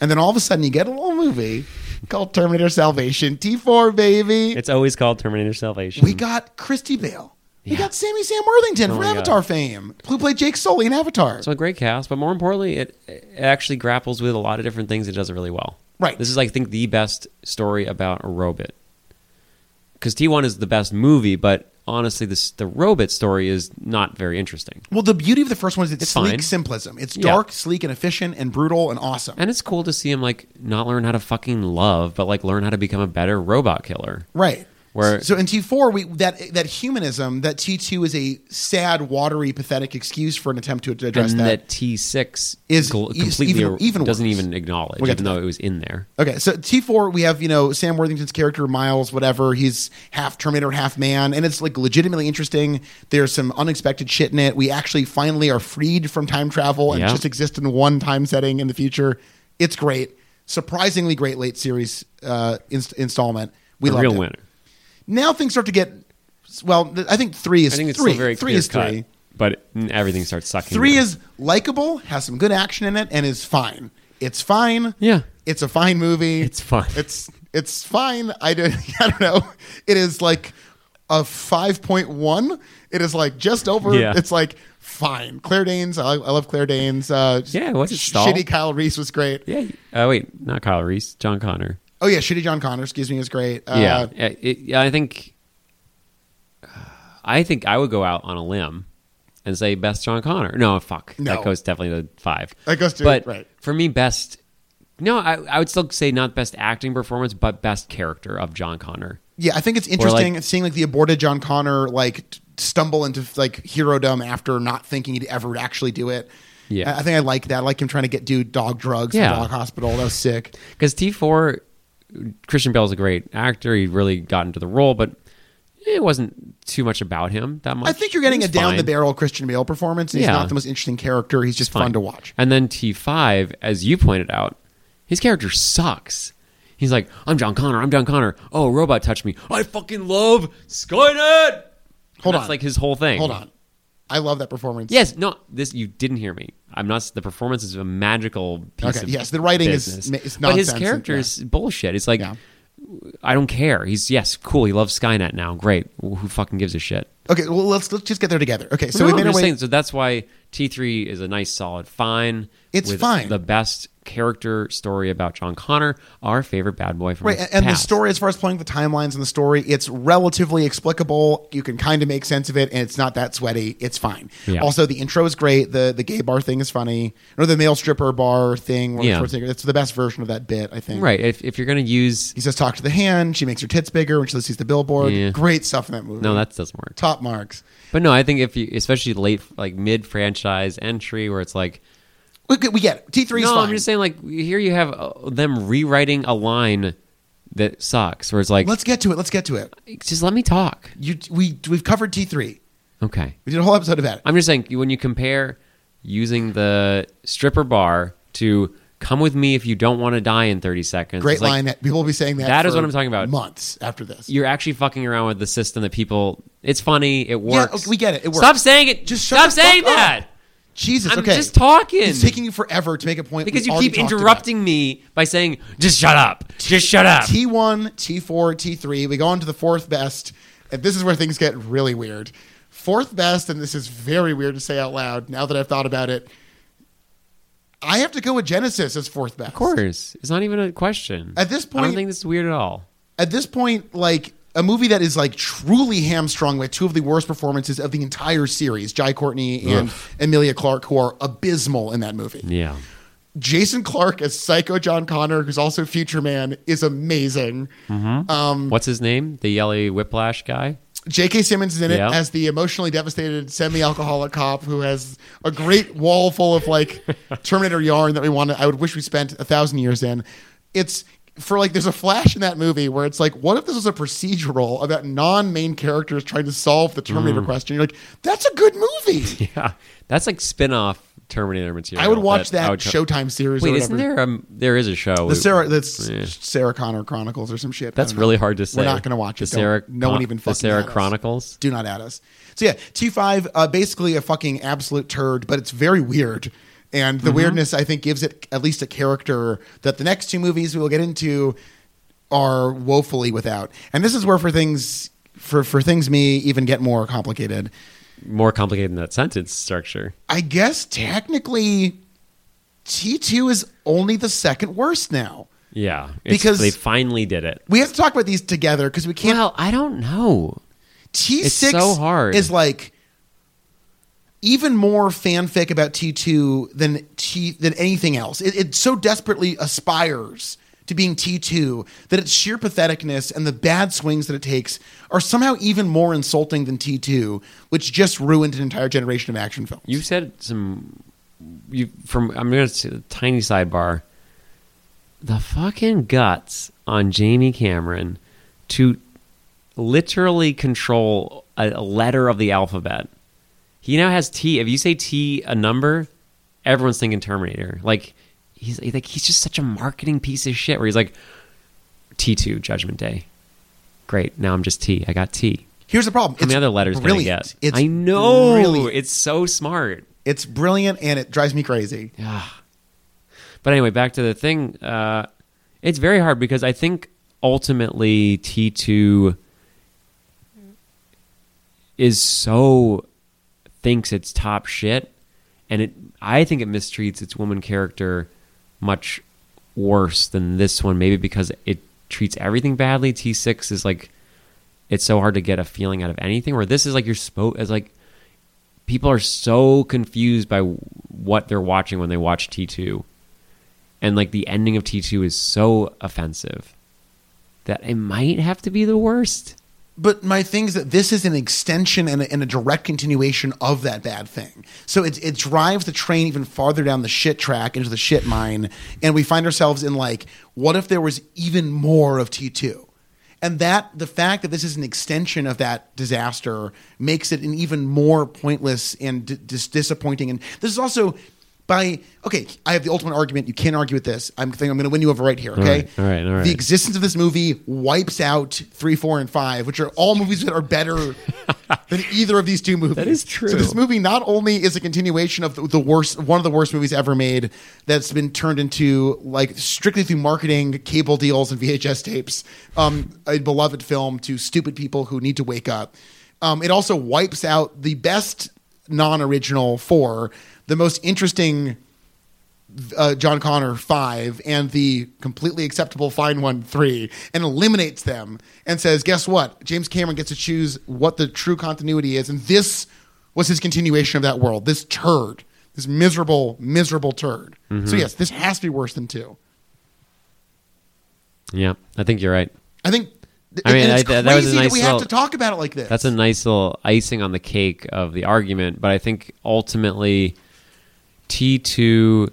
And then all of a sudden you get a little movie called Terminator Salvation, T4, baby. It's always called Terminator Salvation. we got Christy Bale. We got Sammy Sam Worthington from Oh my God. Avatar fame, who played Jake Sully in Avatar. So a great cast, but more importantly, it, it actually grapples with a lot of different things. It does it really well. Right. This is, I think, the best story about a robot. Because T1 is the best movie, but honestly, this, the robot story is not very interesting. well, the beauty of the first one is it's, It's sleek fine. simplism. It's Yeah. dark, sleek, and efficient, and brutal, and awesome. And it's cool to see him, like, not learn how to fucking love, but, like, learn how to become a better robot killer. Right. Where- so in T four we that that humanism that T two is a sad, watery, pathetic excuse for an attempt to address and that. that, T6 Is- gl- is completely er- even- even doesn't worse. even acknowledge, We'll get even to though it was in there. Okay, so T four we have you know Sam Worthington's character Miles, whatever he's half Terminator, half man, and it's like legitimately interesting. There's some unexpected shit in it. We actually finally are freed from time travel and Yeah. just exist in one time setting in the future. It's great, surprisingly great late series uh, inst- installment. We The loved real it. winner. Now things start to get well. th- I think three is I think it's three. still very three is clear-cut, three. But everything starts sucking. Three now. is likable, has some good action in it, and is fine. It's fine. Yeah. it's a fine movie. It's fine. It's it's fine. I don't I don't know. It is like a five point one. It is like just over. Yeah. It's like fine. Claire Danes. I, I love Claire Danes. Uh, Yeah, what's it, sh- Stahl? Shitty Kyle Reese was great. Yeah. Uh, wait, not Kyle Reese, John Connor. Oh yeah, shitty John Connor. Excuse me, was great. Uh, yeah. I- it- yeah, I think. I think I would go out on a limb and say best John Connor. No, fuck. No. That goes definitely to five. That goes to- but right. For me, best. No, I, I would still say not best acting performance, but best character of John Connor. Yeah, I think it's interesting like- seeing like the aborted John Connor like t- stumble into like hero dumb after not thinking he'd ever actually do it. Yeah. I, I think I like that. I like him trying to get do dog drugs yeah. Yeah. dog hospital. That was sick. Because T4, Christian Bale's a great actor. He really got into the role, but it wasn't too much about him that much. I think you're getting It a was down the fine. barrel Christian Bale performance. and He's Yeah. not the most interesting character. He's just fun fine. to watch. And then T5, as you pointed out, his character sucks. He's like, I'm John Connor. I'm John Connor. Oh, a robot touched me. I fucking love Skynet. Hold And That's on. like his whole thing. Hold on, I love that performance. Yes. No. This you didn't hear me. I'm not. The performance is a magical piece. Okay, Of yes, the writing is- business. ma- it's But nonsense his and- character yeah. is bullshit. It's like. Yeah. I don't care. He's yes, cool. He loves Skynet now. Great. Who fucking gives a shit? Okay. Well, let's let's just get there together. Okay. So So we no, made I'm our just way. saying. So that's why T3 is a nice, solid, fine. It's with fine. The best character story about John Connor, our favorite bad boy from Right, his and the past. story, as far as playing the timelines in the story, it's relatively explicable. You can kind of make sense of it, and it's not that sweaty. It's fine. Yeah. Also, the intro is great. the The gay bar thing is funny, or the male stripper bar thing. where Yeah. Schwarzenegger- it's the best version of that bit, I think. Right. If, if you're gonna use He says, "Talk to the hand." She makes her tits bigger when she sees the billboard. Yeah. Great stuff in that movie. no, that doesn't work. top marks. But no, I think if you, especially late, like mid franchise entry, where it's like, We, we get it. T three is no, fine. I'm just saying, like here you have uh, them rewriting a line that sucks, where it's like, Let's get to it. Let's get to it. just let me talk. You, we we've covered T three. Okay. We did a whole episode about it. I'm just saying when you compare using the stripper bar to come with me if you don't want to die in 30 seconds. Great it's like, line that people will be saying that. That is for what I'm talking about. Months after this. You're actually fucking around with the system that people. It's funny. It works. okay, we get it, it works. Stop saying it. Just Just shut stop the fuck saying up. that. Jesus, I'm okay. just talking. It's taking you forever to make a point because we've you already keep talked about. interrupting me by saying just shut up. Just shut up. T1, T4, T3. We go on to the fourth best, and this is where things get really weird. Fourth best, and this is very weird to say out loud. Now that I've thought about it, I have to go with Genesis as fourth best. of course, it's not even a question. At this I point- don't think this is weird at all. at this point, like a movie that is like truly hamstrung by two of the worst performances of the entire series, Jai Courtney and Emilia Clarke, who are abysmal in that movie. Yeah. Jason Clarke as Psycho John Connor, who's also Future Man, is amazing. Um, What's his name? The yellow whiplash guy. J.K. Simmons is in it Yeah. as the emotionally devastated semi-alcoholic cop who has a great wall full of like Terminator yarn that we want. to I would wish we spent a thousand years in. It's for like there's a flash in that movie where it's like, what if this was a procedural about non-main characters trying to solve the Terminator question? You're like, that's a good movie. Mm. Yeah, that's like spin-off Terminator material. I would watch that, I would try- Showtime series. or Wait, whatever. isn't there um there is a show? the Sarah that's Yeah. Sarah Connor Chronicles or some shit? I That's don't know. really hard to say. not gonna watch the it. Don't- Sarah, no one Chron- even the fucking Sarah at us. Chronicles. Do not add us. So yeah, T five uh, basically a fucking absolute turd, but it's very weird. And Mm-hmm. the weirdness I think gives it at least a character that the next two movies we will get into are woefully without. And this is where for things for for things me even get more complicated. More complicated than that sentence structure. I guess technically T two is only the second worst now. Yeah, it's- Because- they finally did it. We have to talk about these together because we can't Well, I don't know. T It's six so hard. is like even more fanfic about T two than T than anything else. It, it so desperately aspires to being T two that its sheer patheticness and the bad swings that it takes are somehow even more insulting than T two, which just ruined an entire generation of action films. You said some. You from I'm going to say a tiny sidebar. The fucking guts on Jamie Cameron to literally control a, a letter of the alphabet. He now has T. If you say T a number, everyone's thinking Terminator. Like he's like he's just such a marketing piece of shit. Where he's like T two Judgment Day. Great. Now I'm just T. I got T. Here's the problem. How many other letters can I brilliant. get? It's I know. brilliant. It's so smart. It's brilliant and it drives me crazy. Yeah. But anyway, back to the thing. Uh, it's very hard because I think ultimately T2 is so thinks it's top shit and it I think it mistreats its woman character much worse than this one maybe because it treats everything badly T6 is like it's so hard to get a feeling out of anything where this is like you're spo- is like people are so confused by what they're watching when they watch T2. And like the ending of T2 is so offensive that it might have to be the worst. But my thing is that this is an extension and a, and a direct continuation of that bad thing. So it, it drives the train even farther down the shit track into the shit mine. And we find ourselves in like, what if there was even more of T2? And that the fact that this is an extension of that disaster makes it an even more pointless and d- dis- disappointing. And this is also by okay. I have the ultimate argument. You can't argue with this. I'm think I'm going to win you over right here. Okay. right, all right, all right. The existence of this movie wipes out three, four, and five, which are all movies that are better than either of these two movies. That is true. So this movie not only is a continuation of the, the worst, one of the worst movies ever made, that's been turned into like strictly through marketing, cable deals, and VHS tapes, um, a beloved film to stupid people who need to wake up. Um, it also wipes out the best non-original four, the most interesting uh, John Connor five and the completely acceptable fine one three and eliminates them and says, guess what? James Cameron gets to choose what the true continuity is, and this was his continuation of that world. This turd, this miserable, miserable turd. Mm-hmm. So yes, this has to be worse than two. Yeah, I think you're right. I think. th- I mean, and it's I- crazy that- that was a that nice we have little- to talk about it like this. That's a nice little icing on the cake of the argument, but I think ultimately T2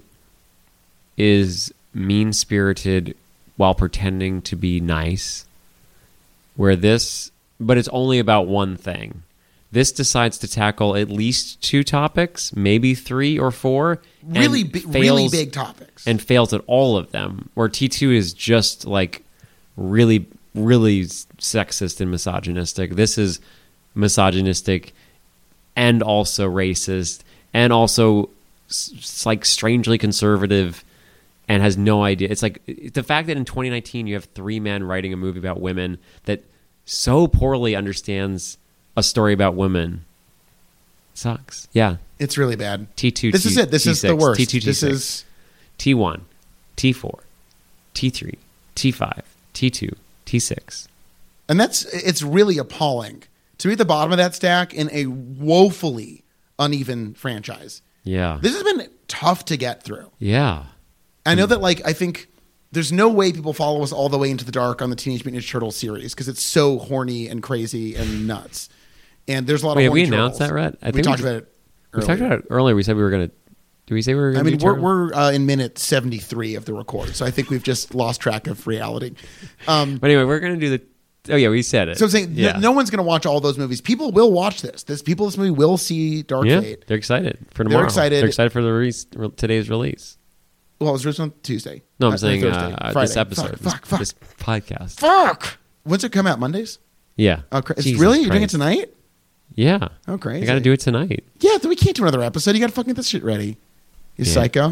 is mean spirited while pretending to be nice. Where this, but it's only about one thing. This decides to tackle at least two topics, maybe three or four. and really, bi- really fails- big topics. and fails at all of them. Where T two is just like really, really sexist and misogynistic. This is misogynistic and also racist and also s- s- like strangely conservative and has no idea. It's like it- the fact that in 2019 you have three men writing a movie about women that so poorly understands a story about women sucks. Yeah. it's really bad. T2, This is it. This is the T6, worst. T2, this T6. is. T1, T4, T3, T5, T2, T6. And that's it's really appalling to be at the bottom of that stack in a woefully uneven franchise. Yeah. This has been tough to get through. yeah. I know that like I think there's no way people follow us all the way into the dark on the Teenage Mutant Ninja Turtles series because it's so horny and crazy and nuts. And there's a lot Wait, of have we horny announced turtles. that, Rhett? I we think we talked did- about it. We talked earlier. about it earlier. We said we were gonna. Did we say we were I gonna? mean, do we're, we're Turtles? uh, in minute 73 of the record, so I think we've just lost track of reality. Um, But anyway, we're gonna do the. Oh yeah, we said it. so I'm saying no- yeah. no, one's going to watch all those movies. People will watch this. This People this movie will see Dark Yeah, Fate. they're excited for tomorrow. excited. They're excited for the release re- today's release. Well, it was released on Tuesday. No, I'm Uh, saying Thursday, uh, Friday. this episode, Fuck, fuck, fuck. this podcast. fuck! When's it come out? Mondays? Yeah. Oh, cra- Jesus really? You're doing it Christ. tonight? Yeah. Oh, crazy. I got to do it tonight. Yeah, we can't do another episode. You got to fucking get this shit ready. You Yeah. psycho.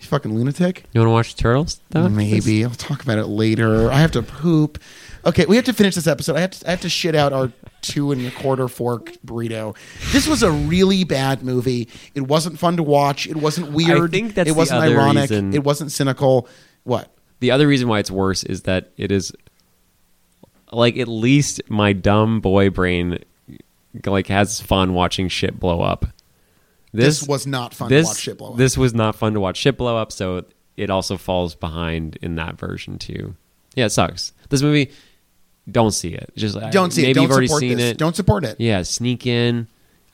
You fucking lunatic. You want to watch Turtles? Though? Maybe I'll talk about it later. I have to poop. Okay, we have to finish this episode. I have to, I have to shit out our two and a quarter fork burrito. This was a really bad movie. It wasn't fun to watch. It wasn't weird. think that's it the wasn't other ironic. reason- It wasn't cynical. What? The other reason why it's worse is that it is like at least my dumb boy brain like has fun watching shit blow up. This, was not fun this, to watch shit blow up. This was not fun to watch shit blow up, so it also falls behind in that version too. Yeah, it sucks. This movie, don't see it. Just don't see Uh, maybe it. Don't you've already support seen this. it. Don't support it. Yeah, sneak in.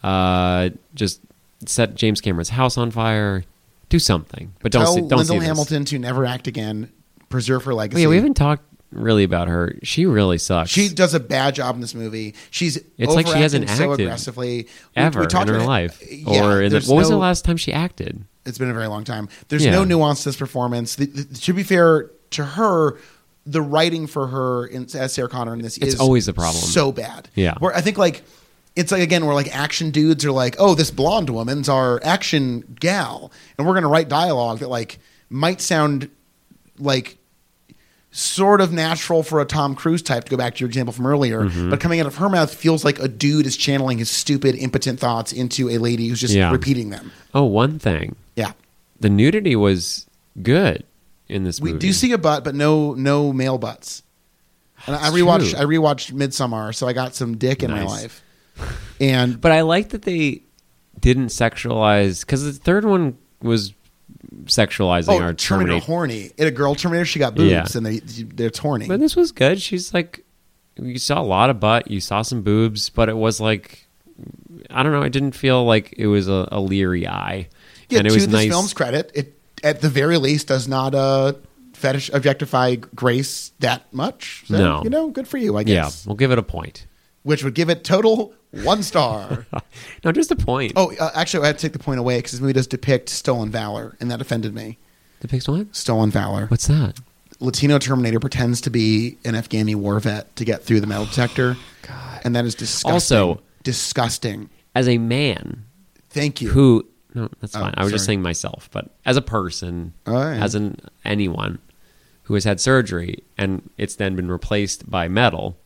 Uh, just set James Cameron's house on fire. Do something, but don't Tell see, don't Lyndall see this. Hamilton to never act again. Preserve her legacy. Wait, Oh, we haven't talked really about her. She really sucks. She does a bad job in this movie. She's It's like she overacting hasn't so acted aggressively We- ever we talked in her about it. life, Yeah, or in the, there's what was no- the last time she acted? It's been a very long time. There's Yeah. no nuance to this performance. The, the- to be fair to her, the writing for her in, as Sarah Connor in this It's is always the problem. So bad. Yeah. Where I think like it's like again where like action dudes are like, oh, this blonde woman's our action gal, and we're gonna write dialogue that like might sound like sort of natural for a Tom Cruise type to go back to your example from earlier, Mm-hmm. but coming out of her mouth feels like a dude is channeling his stupid, impotent thoughts into a lady who's just Yeah. repeating them. Oh, one thing. Yeah. The nudity was good in this We movie. do see a butt, but no no male butts. And I That's rewatched true. I rewatched Midsummer, so I got some dick in my Nice. life. And But I like that they didn't sexualize because the third one was sexualizing oh, our Terminator, Terminator. horny. In a girl Terminator, she got boobs, Yeah. and they they're horny. But this was good. She's like, you saw a lot of butt, you saw some boobs, but it was like, I don't know. I didn't feel like it was a, a leery eye, yeah, and to it was this nice. film's credit, it at the very least does not uh fetish objectify Grace that much. So, No. you know, good for you, I yeah, guess. we'll give it a point. Which would give it total one star. No, just a point. oh, uh, actually, I had to take the point away because this movie does depict stolen valor, and that offended me. the pixel one. Stolen valor. What's that? Latino Terminator pretends to be an Afghani war vet to get through the metal detector. God. And that is disgusting. Also- disgusting. As a man Thank you. who, no, that's fine. I was just Oh, sorry. saying myself, but as a person, Oh, yeah. as an anyone who has had surgery and it's then been replaced by metal,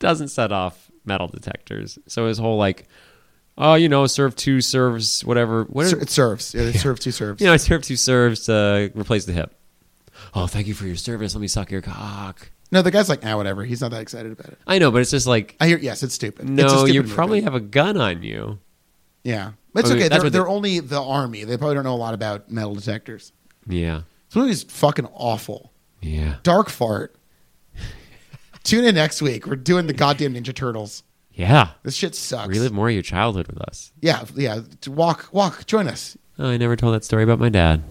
doesn't set off metal detectors. So his whole like, oh, you know, serve two serves, whatever, what Ser- it serves. It serves two serves. you know, serve two serves to replace the hip. Oh, thank you for your service. Let me suck your cock. No, the guy's like, ah, whatever. He's not that excited about it. I know, but it's just like, I hear, yes, it's stupid. it's a no, stupid you movie. probably have a gun on you. Yeah. But it's I mean, okay. that's They're, what they- they're only the army. They probably don't know a lot about metal detectors. Yeah, This movie's fucking awful. yeah, Dark fart. Tune in next week. We're doing the goddamn Ninja Turtles. yeah. This shit sucks. Relive more of your childhood with us. Yeah, yeah. Walk, walk. Join us. Oh, I never told that story about my dad.